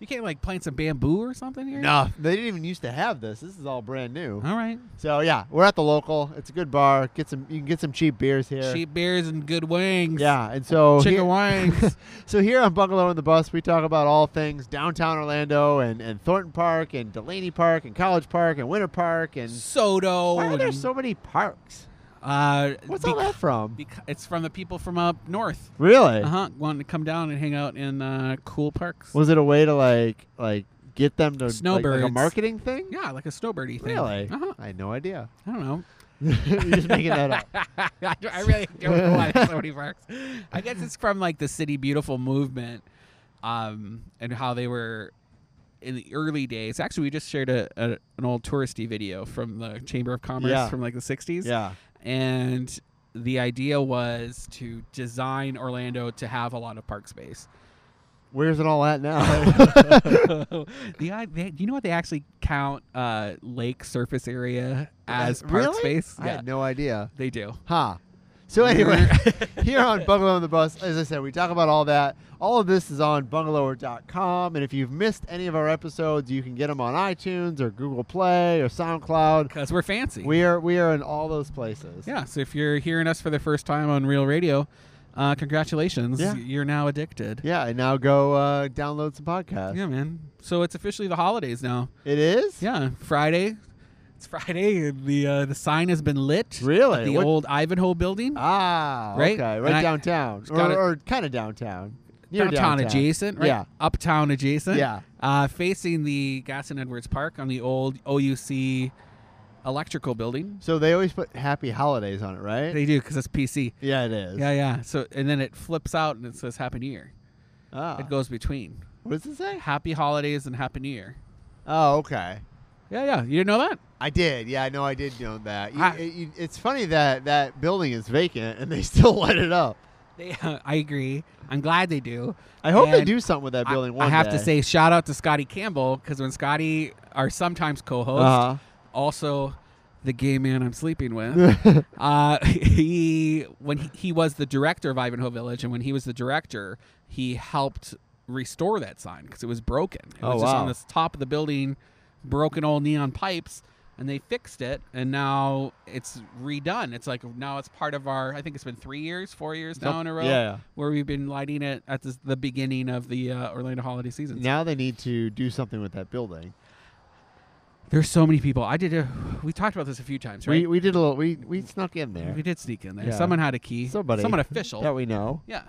A: you can't, like, plant some bamboo or something here?
B: no, they didn't even used to have this. This is all brand new.
A: All right.
B: So yeah, we're at the local. It's a good bar. Get some. You can get some cheap beers here.
A: Cheap beers and good wings.
B: Yeah, and so
A: Chicken
B: here-
A: wings.
B: So here on Bungalow on the Bus, we talk about all things downtown Orlando and, and Thornton Park and Delaney Park and College Park and Winter Park and
A: Soto.
B: why are there
A: and,
B: so many parks?
A: uh,
B: What's
A: bec-
B: all that from?
A: bec- it's from the people from up north.
B: Really?
A: Uh huh. Wanting to come down and hang out in uh, cool parks.
B: Was it a way to like like get them to like- like, a
A: Snowbirds.
B: marketing thing?
A: Yeah, like a snowbirdy thing.
B: Really?
A: Uh-huh.
B: I had no idea.
A: I don't know.
B: You're just making that up.
A: I I really don't know why there's so many parks. I guess it's from like the City Beautiful movement, um, and how they were in the early days. Actually, we just shared a, a an old touristy video from the Chamber of Commerce
B: Yeah.
A: from like the '60s.
B: Yeah.
A: and the idea was to design Orlando to have a lot of park space.
B: Where's it all at now?
A: the, i- they, do you know what they actually count uh, lake surface area as park
B: Uh, really?
A: space?
B: I had no idea.
A: they do.
B: Huh. So anyway, here on Bungalow on the Bus, as I said, we talk about all that. All of this is on bungalower.com, and if you've missed any of our episodes, you can get them on iTunes or Google Play or SoundCloud.
A: Because we're fancy.
B: We are we are in all those places.
A: yeah. So if you're hearing us for the first time on Real Radio, uh, congratulations,
B: Yeah.
A: you're now addicted.
B: Yeah, and now go uh, download some podcasts.
A: Yeah, man. So it's officially the holidays now.
B: It is?
A: Yeah, Friday. It's Friday. and The uh, the sign has been lit.
B: Really?
A: At the
B: What-
A: old Ivanhoe building.
B: Ah,
A: Right?
B: okay.
A: And
B: Right
A: I-
B: downtown. Or,
A: gotta-
B: or kind of downtown. Near
A: downtown
B: downtown
A: adjacent, right?
B: Yeah.
A: Uptown adjacent.
B: Yeah.
A: Uh, facing the Gaston Edwards Park on the old OUC electrical building.
B: So they always put happy holidays on it, right?
A: They do because it's PC.
B: yeah, it is.
A: Yeah, yeah. So and then it flips out and it says Happy New Year.
B: Ah.
A: It goes between
B: what does it say?
A: Happy Holidays and Happy New Year.
B: Oh, okay.
A: Yeah, yeah. You didn't know that?
B: I did. Yeah, I know I did know that. You-
A: I-
B: it- you- it's funny that that building is vacant and they still light it up.
A: They, I agree. I'm glad they do.
B: I hope they
A: And
B: do something with that
A: I-
B: building
A: I,
B: one
A: have to
B: day.
A: say shout out to Scotty Campbell because when Scotty, our sometimes co-host,
B: Uh-huh.
A: also the gay man I'm sleeping with, uh, he when he, he was the director of Ivanhoe Village, and when he was the director, he helped restore that sign because it was broken. It
B: Oh,
A: was just
B: wow.
A: on this top of the building, broken old neon pipes. And they fixed it, and now it's redone. It's like now it's part of our. I think it's been three years, four years now in a row
B: Yeah.
A: where we've been lighting it at this, the beginning of the uh, Orlando holiday season.
B: Now they need to do something with that building.
A: There's so many people. I did. A, we talked about this a few times,
B: We
A: right?
B: we did a little. We we snuck in
A: We,
B: there.
A: did sneak in there.
B: Yeah.
A: Someone had a key.
B: Somebody.
A: Someone official.
B: That we know.
A: yeah.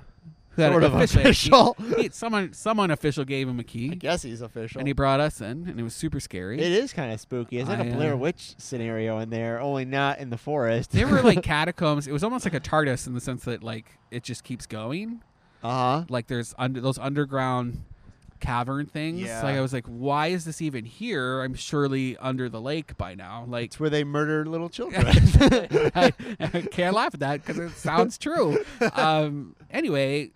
A: Who had
B: Sort
A: an
B: of
A: officially a key.
B: official.
A: He- someone. Someone official gave him a
B: I
A: key,
B: guess he's official.
A: and he brought us in, and it was super scary.
B: It is kind of spooky. It's like
A: I,
B: a
A: uh,
B: Blair Witch scenario in there, only not in the forest.
A: They were like catacombs. It was almost like a TARDIS in the sense that like it just keeps going.
B: uh huh.
A: like there's under those underground cavern things
B: Yeah.
A: like i was like why is this even here i'm surely under the lake by now like
B: It's where they murder little children.
A: I, I can't laugh at that because it sounds true um anyway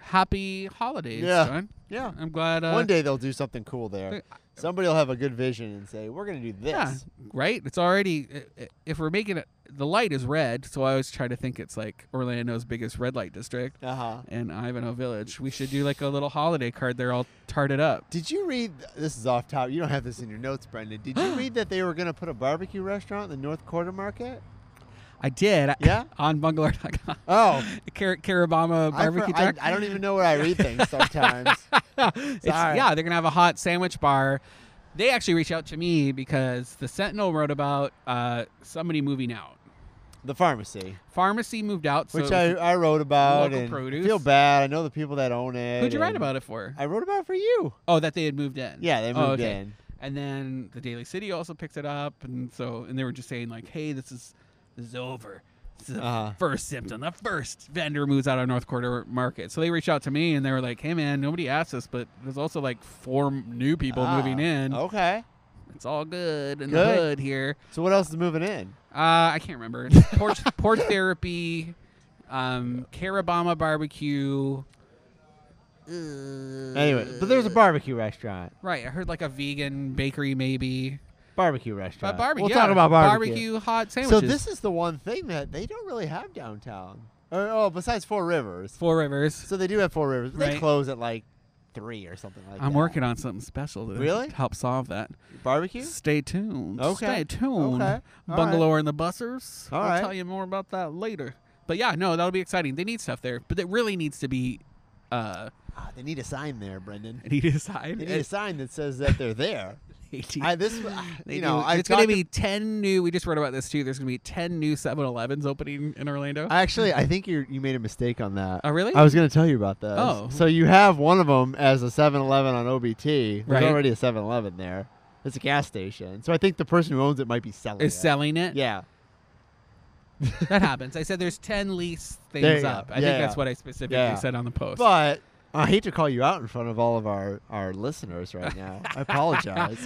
A: happy holidays
B: Yeah.
A: son.
B: yeah.
A: i'm glad uh,
B: One day they'll do something cool there.
A: I-
B: Somebody will have a good vision and say, "We're going to do this."
A: yeah right it's already i- i- if we're making it the light is red so i always try to think it's like orlando's biggest red light district
B: Uh huh.
A: and ivanhoe village we should do like a little holiday card there all tarted up
B: Did you read? This is off top. You don't have this in your notes, Brendan. Did you read that they were going to put a barbecue restaurant in the North Quarter Market?
A: I did.
B: Yeah?
A: on Bungalow.com.
B: Oh,
A: Car- Carabama
B: I,
A: barbecue
B: for- I-
A: truck.
B: I don't even know where I read things sometimes.
A: It's-
B: Sorry.
A: yeah, they're gonna have a hot sandwich bar. They actually reached out to me because the Sentinel wrote about uh, somebody moving out.
B: the pharmacy,
A: Pharmacy moved out. So
B: which I, I wrote about,
A: Local
B: and
A: produce.
B: feel bad. I know the people that own it.
A: who'd you write
B: and-
A: about it for?
B: I wrote about it for you.
A: oh, that they had moved in.
B: Yeah, they moved
A: oh, okay.
B: in.
A: And then the Daily City also picked it up, and so and they were just saying like, "Hey, this is this is over. This is the
B: Uh-huh.
A: first symptom. The first vendor moves out of North Quarter Market." So they reached out to me and they were like, "Hey, man, nobody asked us, but there's also like four m- new people
B: Ah,
A: moving in.
B: Okay.
A: It's all good in the
B: Good.
A: hood here.
B: So what else is moving in?
A: Uh, I can't remember. It's porch porch therapy, um, Carabama barbecue."
B: Anyway, but there's a barbecue restaurant.
A: Right, I heard like a vegan bakery maybe.
B: Barbecue
A: But
B: restaurant.
A: barbecue.
B: We'll
A: yeah,
B: talk about barbecue.
A: Barbecue hot
B: So
A: sandwiches.
B: this is the one thing that they don't really have downtown. Or, oh, besides Four Rivers.
A: Four Rivers.
B: So they do have Four Rivers. but They
A: Right.
B: close at like three or something like that.
A: I'm working on something special to
B: Really?
A: help solve that.
B: barbecue.
A: Stay tuned.
B: Okay.
A: Stay tuned.
B: Okay. All
A: Bungalow and the Bussers.
B: All
A: I'll
B: right.
A: tell you more about that later. But yeah, no, that'll be exciting. They need stuff there, but it really needs to be uh
B: Ah, they need a sign there, Brendan.
A: needed aside.
B: They need a sign that says that they're there. I, this, I-
A: They
B: you know,
A: do-
B: I
A: it's going to
B: talked
A: be
B: to-
A: 10 new. We just wrote about this too. There's going to be 10 new 7 Elevens opening in Orlando.
B: Actually, I think you you made a mistake on that.
A: Oh, really?
B: I was going to tell you about that.
A: Oh.
B: So you have one of them as a 7-Eleven on OBT. There's
A: Right.
B: already a 7-Eleven there. It's a gas station. So I think the person who owns it might be selling
A: Is
B: it.
A: selling it.
B: Yeah.
A: That happens. I said there's 10 lease
B: you
A: things
B: go.
A: up. I
B: Yeah,
A: think that's
B: yeah.
A: what I specifically
B: Yeah.
A: said on the post.
B: But I hate to call you out in front of all of our, our listeners right now. I apologize.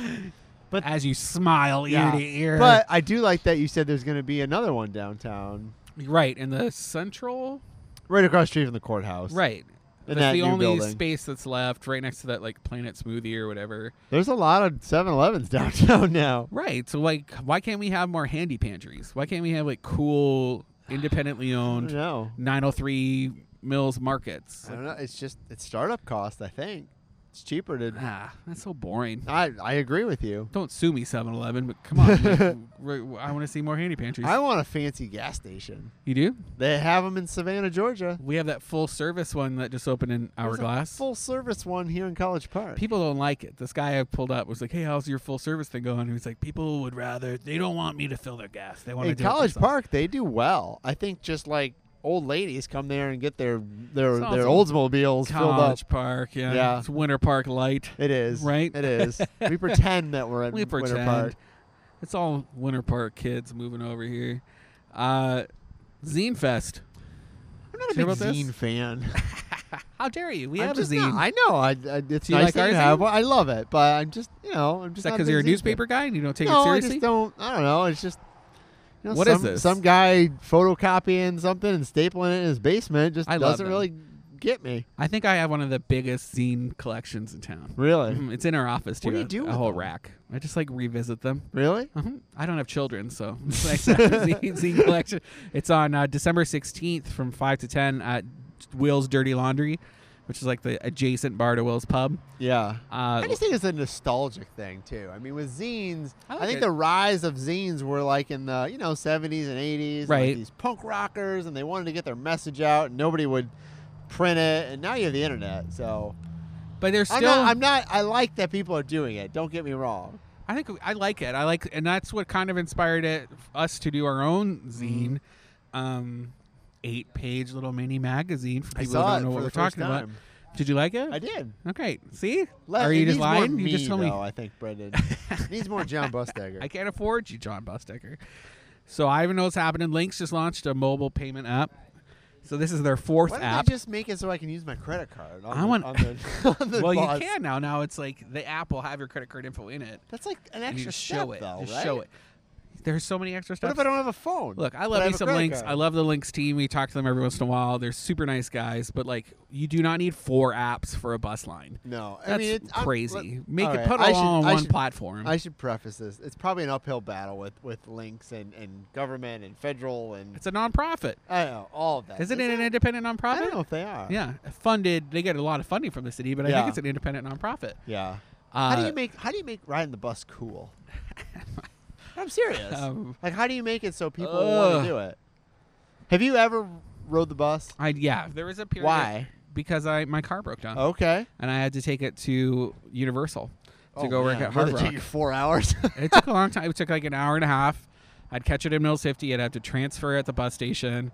B: but-
A: as you smile ear
B: Yeah.
A: to ear.
B: But I do like that you said there's going to be another one downtown.
A: right in the central,
B: Right across the street from the courthouse.
A: right.
B: In
A: that's
B: that
A: the
B: new
A: only
B: building.
A: space that's left, right next to that like Planet Smoothie or whatever.
B: There's a lot of 7-Elevens downtown now.
A: Right. So like, why can't we have more handy pantries? Why can't we have like cool, independently
B: I don't
A: owned
B: know.
A: 903 Mills markets?
B: I don't know. It's just it's startup cost, I think. It's cheaper to.
A: Ah, that's so boring.
B: I I agree with you.
A: Don't sue me, 7-Eleven, but come on. like, re- I want to see more handy pantries.
B: I want a fancy gas station.
A: you do?
B: They have them in Savannah, Georgia.
A: We have that full service one that just opened in
B: There's a
A: Hourglass.
B: full service one here in College Park.
A: people don't like it. This guy I pulled up was like, "Hey, how's your full service thing going?" And he's like, "People would rather they don't want me to fill their gas. They want
B: in
A: to do it
B: College
A: themselves."
B: Park, they do well. I think just like old ladies come there and get their their
A: Sounds
B: their
A: like
B: Oldsmobiles filled up.
A: College Park, yeah,
B: Yeah.
A: it's Winter Park Light.
B: It is
A: Right?
B: It is. we pretend that we're at
A: We
B: Winter
A: pretend
B: Park.
A: it's all Winter Park kids moving over here. Uh, Zine Fest.
B: I'm not a
A: Hear
B: big
A: about this?
B: zine fan.
A: How dare you? We
B: I'm
A: have a
B: just
A: zine.
B: not- I know. I, I, it's
A: Do you
B: nice
A: like
B: that
A: our
B: you have
A: zine?
B: one. I love it, but I'm just you know I'm just
A: Is that
B: not
A: because
B: big
A: you're a
B: zine
A: newspaper guy and you don't
B: Fan.
A: take
B: no,
A: it
B: I
A: seriously?
B: just don't. I don't know. It's just. You know,
A: What
B: some,
A: is this?
B: Some guy photocopying something and stapling it in his basement just
A: I love
B: doesn't
A: them.
B: really get me.
A: I think I have one of the biggest zine collections in town.
B: Really,
A: Mhm, It's in our office too.
B: What do you
A: a-
B: do
A: a
B: with
A: whole
B: them?
A: rack. I just like revisit them.
B: really.
A: Uh-huh. I don't have children, so it's like zine, zine collection. It's on uh, December sixteenth from five to ten at Will's Dirty Laundry, which is like the adjacent bar to Will's Pub.
B: Yeah.
A: Uh,
B: I just think it's a nostalgic thing too. I mean, with zines,
A: I
B: I,
A: like
B: think
A: it.
B: the rise of zines were like in the you know 70s and 80s, and, like,
A: Right.
B: these punk rockers, and they wanted to get their message out, and nobody would print it, and now you have the internet. So
A: but there's
B: I'm
A: still
B: not, I'm not. I like that people are doing it. Don't get me wrong.
A: I think I like it. I like, and that's what kind of inspired it us to do our own zine,
B: Mm-hmm.
A: um, eight page little mini magazine for
B: I
A: people who
B: saw
A: don't
B: it
A: know
B: for
A: what
B: the
A: we're
B: first
A: talking
B: time.
A: about. Did you like it?
B: I did.
A: Okay. See,
B: Le-
A: are
B: it
A: you just
B: needs more
A: lying? You
B: me,
A: just told me
B: though, I think Brendan needs more John Bustegger.
A: I can't afford you, John Bustecker. So I even know what's happening. Links just launched a mobile payment app. So this is their fourth
B: Why don't
A: app.
B: they just make it so I can use my credit card? On
A: I
B: the,
A: want-
B: On the, on the
A: well,
B: bus?
A: you can now. Now it's like the app will have your credit card info in it.
B: That's like
A: and
B: an
A: you
B: extra
A: just show
B: step,
A: it.
B: though,
A: just
B: right?
A: show it. There's so many extra
B: What
A: steps.
B: if I don't have a phone?
A: Look, I
B: But
A: love
B: have
A: me
B: a
A: some
B: credit
A: links.
B: card?
A: I love the links team. We talk to them every once in a while. They're super nice guys, but like you do not need four apps for a bus line.
B: No,
A: That's
B: I mean it's I'm-
A: crazy.
B: look-
A: Make
B: all
A: it
B: right,
A: put it all
B: I should-
A: on
B: I
A: one
B: should-
A: platform.
B: I should preface this. It's probably an uphill battle with with links and and government and federal and
A: it's a nonprofit.
B: I don't know all of that.
A: Isn't
B: Is
A: it an
B: it?
A: independent nonprofit?
B: I don't know if they are.
A: Yeah, funded. They get a lot of funding from the city, but I think
B: Yeah.
A: it's an independent nonprofit.
B: Yeah.
A: Uh,
B: How do you make how do you make riding the bus cool? I'm serious.
A: Um,
B: like how do you make it so people want
A: ugh.
B: to do it? Have you ever rode the bus?
A: I yeah, there was a period.
B: Why? Oh.
A: Because I my car broke down,
B: Okay.
A: and I had to take it to Universal to
B: Oh,
A: go work
B: man,
A: at
B: what,
A: Hard
B: it
A: Rock.
B: took you four hours.
A: it took a long time. It took like an hour and a half. I'd catch it at Mill Safety. I'd have to transfer at the bus station,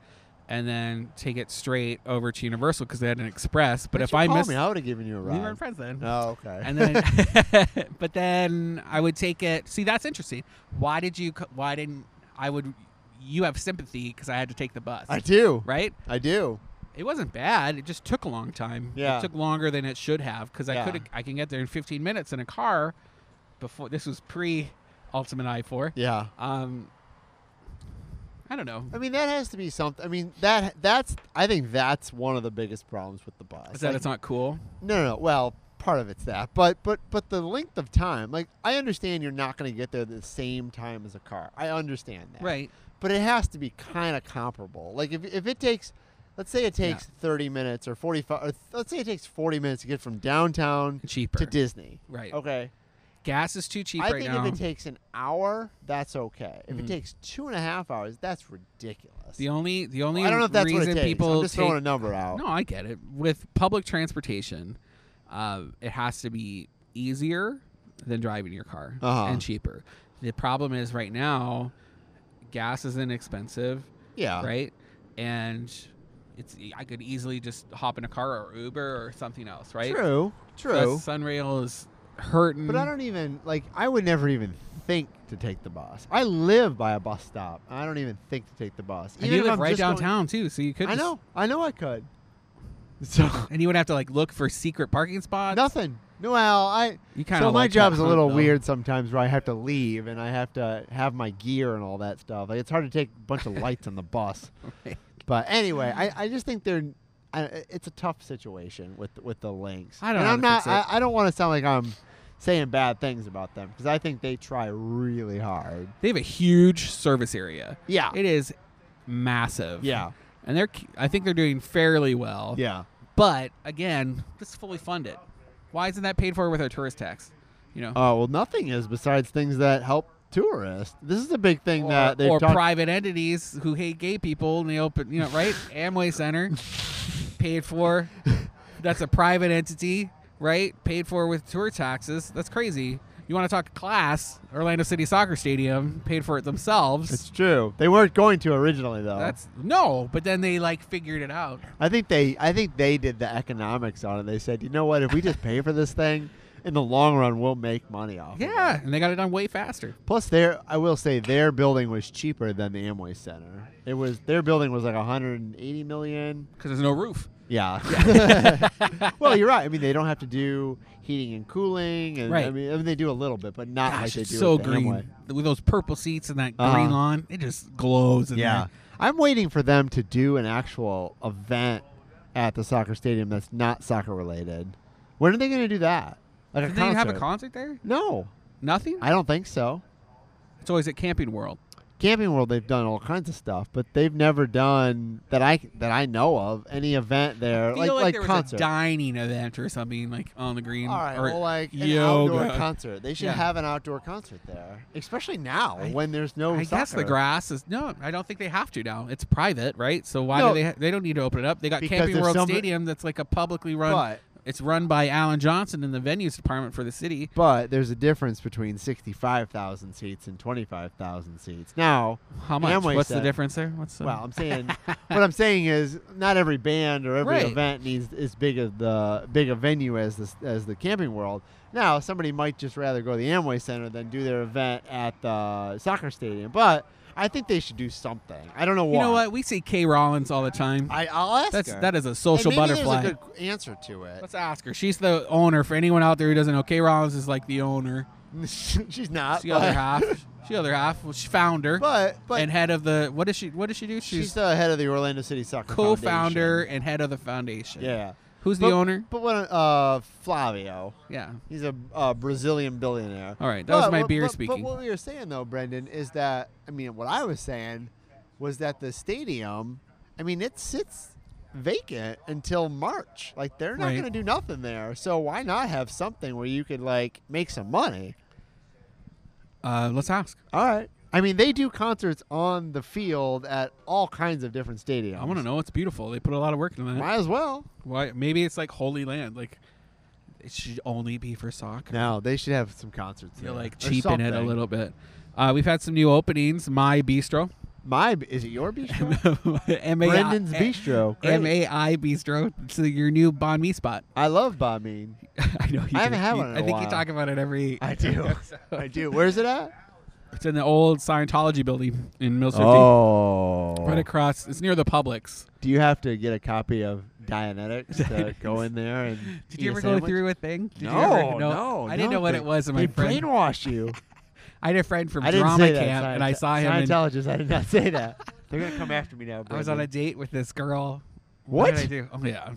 A: and then take it straight over to Universal because they had an express. But
B: Why
A: if
B: didn't you
A: I
B: call
A: missed,
B: me, I would have given you a
A: we
B: ride.
A: weren't friends then.
B: Oh, okay.
A: and then but then I would take it. See, that's interesting. Why did you? co- Why didn't I would? You have sympathy because I had to take the bus,
B: I do.
A: right?
B: I do.
A: It wasn't bad. It just took a long time.
B: Yeah.
A: it took longer than it should have because I
B: Yeah.
A: could I can get there in 15 minutes in a car. Before this was pre Ultimate i4.
B: Yeah.
A: Um, I don't know.
B: I mean, that has to be something. I mean, that that's. I think that's one of the biggest problems with the bus.
A: Is that
B: Like,
A: it's not cool?
B: no, no, no. Well, part of it's that, but but but the length of time. Like, I understand you're not going to get there the same time as a car. I understand that.
A: Right.
B: But it has to be kind of comparable. Like, if if it takes, let's say it
A: Yeah.
B: takes 30 minutes or 45. Or th- let's say it takes 40 minutes to get from downtown
A: Cheaper.
B: to Disney.
A: right.
B: Okay.
A: Gas is too cheap
B: I
A: right
B: think
A: now.
B: if it takes an hour, that's okay. If
A: Mhm.
B: it takes two and a half hours, that's ridiculous.
A: the only the only
B: I don't know if that's
A: reason
B: what it takes.
A: people
B: I'm just
A: take
B: throwing a number out.
A: No, I get it. With public transportation, uh, it has to be easier than driving your car
B: Uh-huh.
A: and cheaper. The problem is right now, gas is inexpensive,
B: Yeah.
A: right? And it's I could easily just hop in a car or Uber or something else, right?
B: True.
A: So
B: True.
A: Sunrail is hurting.
B: but I don't even like. I would never even think to take the bus. I live by a bus stop. I don't even think to take the bus.
A: And
B: Even
A: you
B: if
A: live
B: I'm
A: right
B: just going-
A: downtown too, so you could.
B: I
A: just-
B: know. I know I could. So
A: And you would have to like look for secret parking spots.
B: nothing. No, well, I.
A: You kind
B: So
A: of
B: my
A: like that
B: job's a
A: hunt,
B: little
A: though.
B: weird sometimes, where I have to leave and I have to have my gear and all that stuff. Like, it's hard to take a bunch of lights on the bus.
A: Right.
B: But anyway, I, I just think they're. I, it's a tough situation with with the links.
A: I don't
B: And
A: know
B: I'm
A: how to
B: not.
A: fix it.
B: I, I don't want to sound like I'm saying bad things about them because I think they try really hard.
A: They have a huge service area.
B: Yeah.
A: It is massive.
B: Ah. yeah.
A: And they're I think they're doing fairly well.
B: Yeah.
A: But again, just fully funded. Why isn't that paid for with our tourist tax? You know,
B: Oh well, nothing is besides things that help tourists. This is a big thing
A: or,
B: that uh, they've
A: or
B: talked.
A: private entities who hate gay people and they open, you know, right? Amway Center, paid for. That's a private entity, right? Paid for with tour taxes. That's crazy. You want to talk class? Orlando City Soccer Stadium paid for it themselves.
B: it's true. They weren't going to originally though.
A: That's no, but then they like figured it out.
B: I think they I think they did the economics on it. They said, you know what, if we just pay for this thing, in the long run we'll make money off. of it."
A: Yeah, and they got it done way faster.
B: Plus their I will say their building was cheaper than the Amway Center. It was their building was like 180 million.
A: Because there's no roof.
B: Yeah. well, you're right. I mean, they don't have to do heating and cooling and I
A: Right.
B: mean, I mean they do a little bit, but not like
A: Gosh,
B: they
A: it's
B: do
A: so
B: at the
A: green.
B: Amway.
A: With those purple seats and that
B: Uh-huh.
A: green lawn, it just glows in
B: Yeah. I'm waiting for them to do an actual event at the soccer stadium that's not soccer related. When are they going to do that? Like
A: there.
B: a
A: Did
B: concert?
A: they have a concert there?
B: No,
A: Nothing?
B: I don't think so.
A: It's always at Camping World.
B: Camping World, they've done all kinds of stuff, but they've never done that I that I know of any event there,
A: I feel
B: like
A: like, there was
B: concert.
A: a dining event or something like on the green.
B: all right,
A: or
B: well, like an
A: yoga.
B: outdoor concert. They should
A: Yeah.
B: have an outdoor concert there, especially now
A: I-
B: when there's no.
A: I guess
B: soccer.
A: the grass is no. I don't think they have to now. It's private, right? So why
B: No.
A: do they? Ha- they don't need to open it up. They got
B: Because
A: Camping
B: there's
A: World
B: some-
A: Stadium that's like a publicly run.
B: But
A: It's run by Alan Johnson in the venues department for the city.
B: but there's a difference between sixty-five thousand seats and twenty-five thousand seats. Now,
A: How much?
B: Amway
A: What's the
B: said-
A: difference there? What's the,
B: Well, I'm saying what I'm saying is not every band or every
A: Right.
B: event needs as big of the big a venue as this as the Camping World. Now, somebody might just rather go to the Amway Center than do their event at the soccer stadium, but I think they should do something. I don't know
A: you know what? We see Kay Rollins all the time.
B: I, I'll ask
A: That's
B: her.
A: that is a
B: And
A: social
B: maybe
A: butterfly.
B: There's a good answer to it.
A: Let's ask her. She's the owner. For anyone out there who doesn't know, Kay Rollins is like the owner.
B: She's not.
A: She's the other
B: Uh, but,
A: half. She's the other half. Well, she founder
B: but but
A: and head of the. What does she? What does she do?
B: she's,
A: She's,
B: the head of the Orlando City Soccer
A: co-founder
B: Foundation.
A: and head of the foundation.
B: Yeah.
A: Who's the
B: But-
A: owner?
B: But what uh Flavio.
A: Yeah.
B: He's a uh, Brazilian billionaire.
A: All right, that was
B: But
A: my
B: what-
A: beer
B: but-
A: speaking.
B: But what we were saying though, Brendan, is that I mean, what I was saying was that the stadium, I mean, it sits vacant until March. Like they're not
A: Right.
B: going to do nothing there. So why not have something where you could like make some money?
A: Uh, let's ask.
B: All right. I mean, they do concerts on the field at all kinds of different stadiums.
A: I want to know. It's beautiful. They put a lot of work into that.
B: Might as well.
A: Why? Maybe it's like holy land. Like it should only be for soccer.
B: No, they should have some concerts.
A: You're
B: there
A: like
B: or
A: cheaping it a
B: something.
A: little bit. Uh, we've had some new openings. My Bistro,
B: My is it your bistro?
A: M A I-
B: Brendan's Bistro. Great.
A: M A I Bistro. It's your new Bon Mi spot.
B: I love Bob Mean.
A: I know. You
B: I haven't
A: do-
B: had
A: you-
B: one in a
A: I think you
B: while.
A: talk about it every.
B: I do. I do. Where's it at?
A: It's in the old Scientology building in Mills 15. Right
B: Oh.
A: across. It's near the Publix.
B: Do you have to get a copy of Dianetics to go in there and
A: Did
B: eat
A: you
B: a
A: ever go
B: sandwich?
A: through a thing? Did
B: no,
A: you ever,
B: no,
A: I didn't
B: no,
A: know what
B: they-
A: it was. And my
B: they
A: friend,
B: brainwash you.
A: I had a friend from
B: I didn't
A: drama
B: say that.
A: camp, and I
B: Scient-
A: saw him. and
B: Scientologists. I did not say that. They're gonna come after me now.
A: I was on a date with this girl.
B: What?
A: did I do? Oh yeah,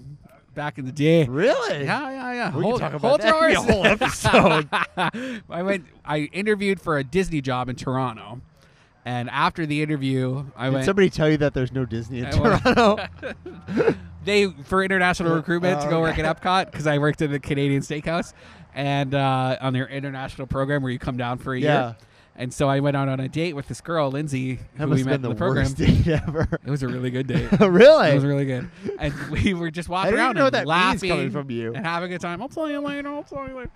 A: back in the day.
B: really?
A: Yeah, yeah, yeah.
B: We can
A: hold
B: talk
A: hold
B: about that. That'd be a
A: yours.
B: whole episode.
A: I went. I interviewed for a Disney job in Toronto, and after the interview, I
B: Did
A: went.
B: somebody tell you that there's no Disney in
A: I went-
B: Toronto?
A: they for international recruitment to go
B: Oh,
A: work at Epcot because I worked at the Canadian Steakhouse and uh, on their international program where you come down for a
B: Yeah.
A: year. And so I went out on a date with this girl, Lindsay,
B: that
A: who
B: must
A: we
B: have
A: met
B: been
A: in the,
B: the
A: program.
B: worst date ever.
A: It was a really good date.
B: really?
A: It was really good. And we were just walking
B: I didn't
A: around
B: even know
A: and
B: that means
A: laughing
B: coming from you.
A: and having a good time. I'll tell you later. I'll tell you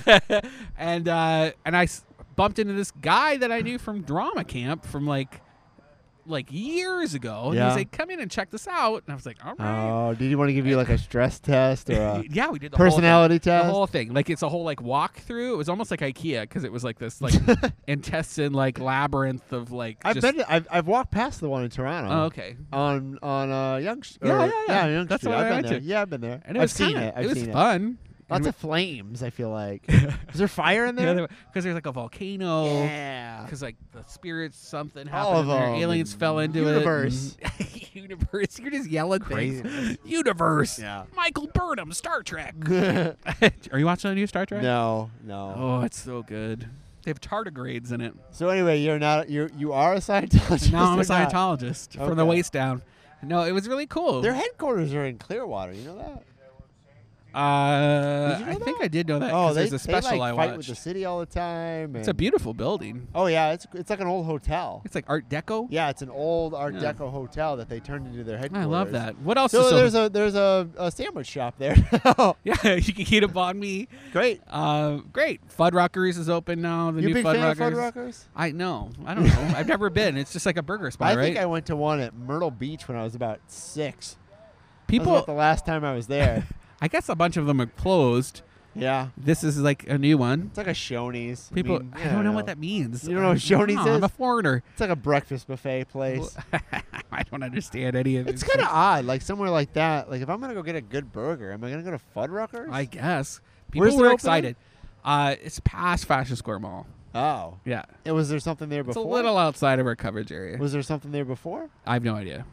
A: later. and uh, and I s- bumped into this guy that I knew from drama camp from like like years ago. And he
B: Yeah.
A: was like, "Come in and check this out." And I was like, "All right."
B: Oh, did you want to give you like a stress test or a
A: yeah, we did the
B: personality
A: whole thing.
B: test?
A: The whole thing, like it's a whole like walkthrough. It was almost like IKEA because it was like this like intestine like labyrinth of like.
B: I've
A: just,
B: been. to- I've, I've walked past the one in Toronto.
A: Oh, okay.
B: On on uh, Young. Sh-
A: Yeah,
B: or-
A: yeah, yeah.
B: Young
A: That's
B: Street.
A: the one
B: I've
A: I
B: been
A: went
B: there.
A: to.
B: Yeah, I've been there.
A: And it
B: I've
A: was
B: seen
A: kinda-
B: it. I've
A: was
B: seen it.
A: fun.
B: Lots
A: And
B: of flames. I feel like. Is there fire in there?
A: because there's like a volcano
B: yeah.
A: because like the spirits something happened
B: Uh, All of
A: in there.
B: them.
A: aliens fell into
B: Universe.
A: it universe you're just yelling
B: Craziness.
A: things universe
B: Yeah.
A: michael burnham star trek are you watching the new star trek
B: No, no.
A: oh it's so good they have tardigrades in it
B: So anyway, you're not. You you are a Scientologist.
A: now i'm a
B: or not?
A: scientologist from
B: Okay.
A: the waist down no it was really cool
B: Their headquarters are in Clearwater. You know that?
A: Uh,
B: Did you know
A: I think
B: that?
A: I did know that.
B: oh,
A: 'cause
B: they,
A: there's a special
B: they, like,
A: I
B: fight
A: watched.
B: with the city all the time.
A: it's a
B: and-
A: beautiful building.
B: Oh yeah, it's it's like an old hotel.
A: It's like Art Deco.
B: Yeah, it's an old Art
A: Yeah.
B: Deco hotel that they turned into their
A: I
B: headquarters.
A: love that. What else?
B: So
A: is
B: there's a there's a, a sandwich shop there. now.
A: yeah, you can heat up on me.
B: Great.
A: Uh, great. Fuddruckers is open now. The
B: you a
A: new
B: big fan
A: Fuddruckers.
B: of Fuddruckers?
A: I know. I don't know. I've never been. It's just like a burger spot,
B: I
A: right?
B: think I went to one at Myrtle Beach when I was about six. That was
A: People,
B: about the last time I was there.
A: I guess a bunch of them are closed.
B: yeah,
A: This is like a new one.
B: it's like a Shoney's.
A: People, I,
B: mean,
A: don't know, what that means.
B: You don't know what
A: I-
B: Shoney's
A: no, I'm a
B: is?
A: foreigner.
B: It's like a breakfast buffet place.
A: I don't understand any of it.
B: It's kind of odd, like somewhere like that. Like if I'm gonna go get a good burger, am I gonna go to Fuddruckers?
A: I guess people
B: Where's it
A: were
B: opening?
A: excited. Uh, it's past Fashion Square Mall.
B: oh,
A: Yeah,
B: and was there something there
A: it's
B: before?
A: a little outside of our coverage area.
B: Was there something there before?
A: I have no idea.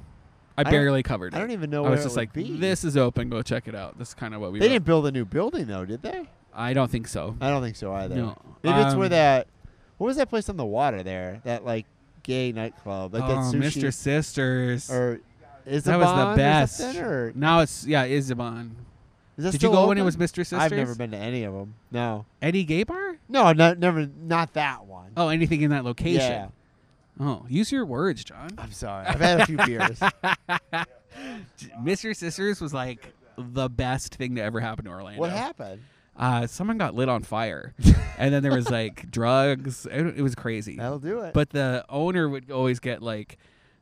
A: I,
B: don't-
A: barely covered it.
B: I don't even know
A: I
B: where
A: was
B: it
A: just
B: would
A: like,
B: be.
A: this is open. Go check it out. This is kind of what we.
B: They
A: were-
B: didn't build a new building though, did they?
A: I don't think so.
B: I don't think so either.
A: No.
B: Maybe it's where
A: Um,
B: that. What was that place on the water there? That like gay nightclub, like
A: oh,
B: that sushi
A: Mr. Sisters.
B: or is
A: that was the best.
B: Or
A: now it's yeah, Isabon.
B: is that
A: Did you
B: still
A: go when it
B: open?
A: was Mr. Sisters?
B: I've never been to any of them. No,
A: Eddie Gay Bar?
B: no, not never, not that one.
A: Oh, anything in that location.
B: yeah, Uh,
A: Oh, use your words, John.
B: I'm sorry. I've had a few beers.
A: Mr. Sisters was like the best thing to ever happen to Orlando.
B: What happened?
A: Uh, someone got lit on fire, and then there was like drugs. It, it was crazy.
B: That'll do it.
A: But the owner would always get like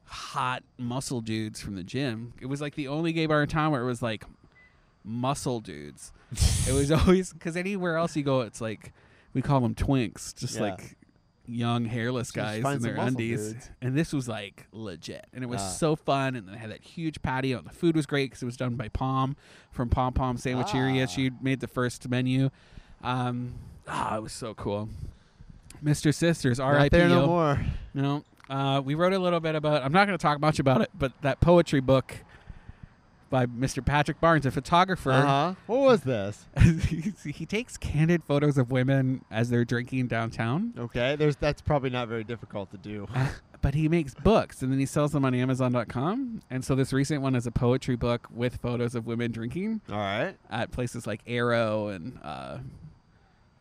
A: hot muscle dudes from the gym. It was like the only gay bar in town where it was like muscle dudes. it was always because anywhere else you go, it's like we call them twinks, just
B: Yeah.
A: like young hairless guys
B: find
A: in their
B: some muscle
A: undies.
B: dudes.
A: And this was like legit, and it was
B: Ah.
A: so fun. And they had that huge patio, and the food was great because it was done by Palm from Pom Pom Sandwicheria.
B: Ah.
A: She made the first menu. Um, ah, it was so cool. Mr. Sisters,
B: not
A: R.I.P.
B: there no
A: yo.
B: more.
A: No. Uh, we wrote a little bit about. I'm not going to talk much about it, but that poetry book by Mr. Patrick Barnes, a photographer.
B: Uh huh. What was this?
A: he, he takes candid photos of women as they're drinking downtown,
B: Okay, there's that's probably not very difficult to do.
A: but he makes books and then he sells them on Amazon.com. And so this recent one is a poetry book with photos of women drinking
B: All right.
A: at places like Arrow and uh,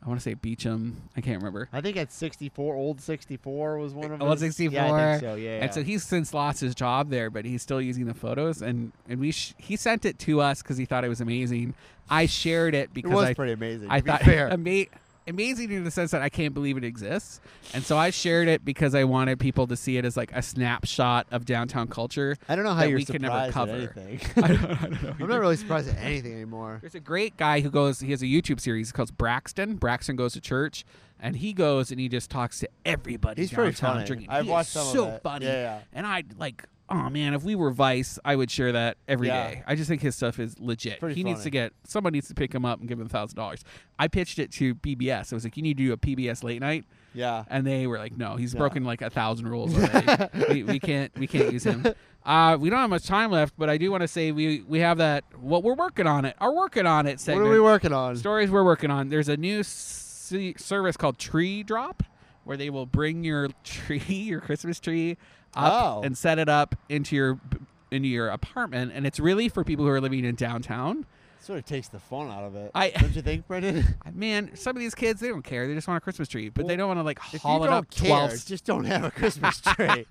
A: I want to say Beecham. I can't remember.
B: I think at 64, old 64 was one of
A: Old
B: his- Yeah, I
A: 64.
B: think so. Yeah. yeah.
A: And so he's since lost his job there, but he's still using the photos. And and we sh- he sent it to us because he thought it was amazing. I shared it
B: it
A: because
B: was
A: I
B: pretty amazing.
A: I
B: to be
A: thought
B: fair.
A: ama- amazing in the sense that I can't believe it exists. And so I shared it because I wanted people to see it as like a snapshot of downtown culture.
B: I don't know how
A: that
B: you're
A: we could
B: surprised
A: never cover.
B: at anything.
A: I don't, I don't know.
B: I'm not really surprised at anything anymore.
A: There's a great guy who goes. He has a YouTube series called Braxton. Braxton goes to church, and he goes and he just talks to everybody.
B: He's pretty
A: downtown
B: funny.
A: Drinking.
B: I've
A: He is
B: watched some of
A: so
B: it.
A: funny.
B: Yeah, yeah.
A: And I like. Oh man, if we were Vice, I would share that every day.
B: Yeah.
A: I just think his stuff is legit.
B: Pretty
A: he needs
B: funny.
A: to get someone needs to pick him up and give him a thousand dollars. I pitched it to PBS. I was like, you need to do a PBS late night,
B: Yeah.
A: and they were like, no, he's
B: No.
A: broken like a thousand rules already. we, we can't we can't use him. Uh, we don't have much time left, but I do want to say we we have that what we're working on it. Our working on it
B: What
A: segment
B: are we working on?
A: stories we're working on. There's a new se- service called Tree Drop, where they will bring your tree, your Christmas tree, up
B: Oh.
A: and set it up into your b- into your apartment, and it's really for people who are living in downtown.
B: Sort of takes the fun out of it.
A: I-
B: don't you think, Brendan?
A: Man, some of these kids they don't care; they just want a Christmas tree, but they
B: Well,
A: don't want to like
B: If
A: haul
B: you
A: it
B: don't
A: up
B: care,
A: twelve.
B: just don't have a Christmas tree.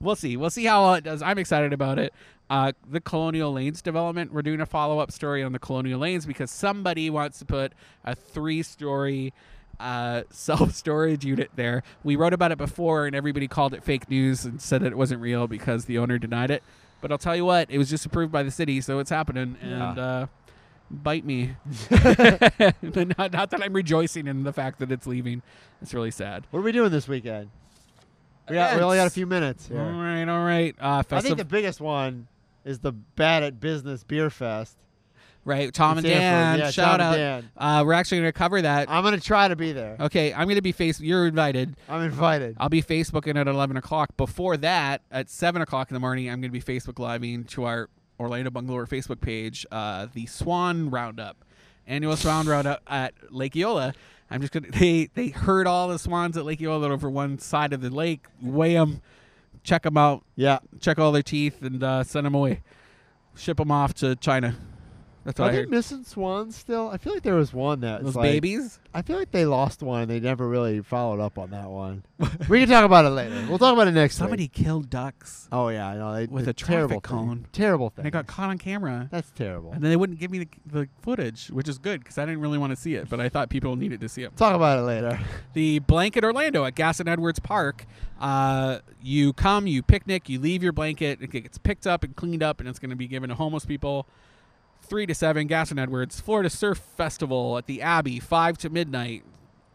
A: we'll see. We'll see how uh, it does. I'm excited about it. Uh, the Colonial Lanes development. We're doing a follow up story on the Colonial Lanes because somebody wants to put a three story uh, self storage unit there. We wrote about it before, and everybody called it fake news and said that it wasn't real because the owner denied it. But I'll tell you what, it was just approved by the city, so it's happening. And
B: Yeah.
A: uh, bite me. not, not that I'm rejoicing in the fact that it's leaving. It's really sad.
B: what are we doing this weekend? We, got, we only got a few minutes here.
A: All right, all right. Uh,
B: I think
A: festive-
B: the biggest one is the Bad at Business Beer Fest.
A: Right, Tom and
B: Sanford,
A: Dan.
B: yeah,
A: shout
B: Tom
A: out.
B: and
A: Uh, we're actually going to cover that.
B: I'm gonna try to be there.
A: okay, I'm going to be face. You're invited.
B: I'm invited.
A: I'll be Facebooking at 11 o'clock. Before that, at 7 o'clock in the morning, I'm going to be Facebook living to our Orlando Bungalower Facebook page, uh, the Swan Roundup, annual Swan Roundup at Lake Eola. I'm just going to, they, they herd all the swans at Lake Eola over one side of the lake, weigh them, check them out,
B: Yeah.
A: check all their teeth, and uh, send them away. Ship them off to China. That's what
B: Are
A: I
B: they
A: heard.
B: missing swans still? I feel like there was one that
A: Those babies.
B: I feel like they lost one. and They never really followed up on that one. we can talk about it later. We'll talk about it next
A: Somebody
B: week.
A: killed ducks,
B: Oh yeah, I know. They,
A: with
B: the
A: a traffic
B: terrible
A: cone.
B: Thing. Terrible thing.
A: and it got caught on camera.
B: That's terrible.
A: And then they wouldn't give me the, the footage, which is good because I didn't really want to see it, but I thought people needed to see it.
B: Talk about it later.
A: The blanket Orlando at Gaston Edwards Park. Uh, you come, you picnic, you leave your blanket. It gets picked up and cleaned up, and it's going to be given to homeless people. Three to seven, Gaston Edwards, Florida Surf Festival at the Abbey, five to midnight.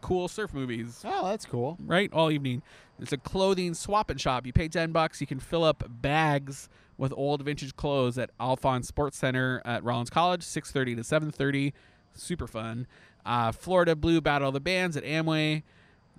A: Cool surf movies,
B: Oh, that's cool.
A: right? All evening. It's a clothing swap and shop. You pay ten bucks. You can fill up bags with old vintage clothes at Alphonse Sports Center at Rollins College, six thirty to seven thirty. Super fun. Uh, Florida Blue Battle of the Bands at Amway.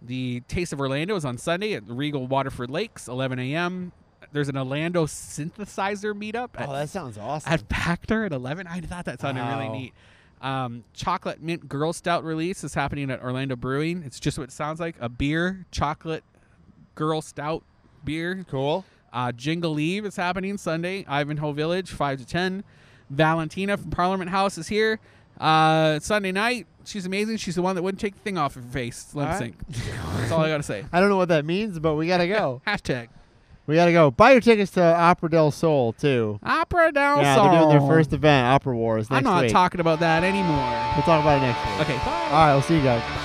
A: The Taste of Orlando is on Sunday at Regal Waterford Lakes, eleven a.m. There's an Orlando synthesizer meetup at
B: Oh, that sounds awesome.
A: at Pactor at 11. I thought that sounded really
B: Wow.
A: neat. Um, chocolate mint girl stout release is happening at Orlando Brewing. It's just what it sounds like a beer, chocolate girl stout beer.
B: cool.
A: Uh, Jingle Eve is happening Sunday, Ivanhoe Village, 5 to 10. Valentina from Parliament House is here. Uh, Sunday night, she's amazing. She's the one that wouldn't take the thing off of her face. Lip
B: All right.
A: sync. That's all I got to say.
B: I don't know what that means, but we gotta go.
A: Hashtag
B: we gotta go. Buy your tickets to Opera del Sol too.
A: Opera Down
B: yeah, they're doing their first event, Opera Wars, next
A: I'm not
B: week.
A: talking about that anymore.
B: We'll talk about it next week.
A: Okay, bye.
B: All right, we'll see you guys.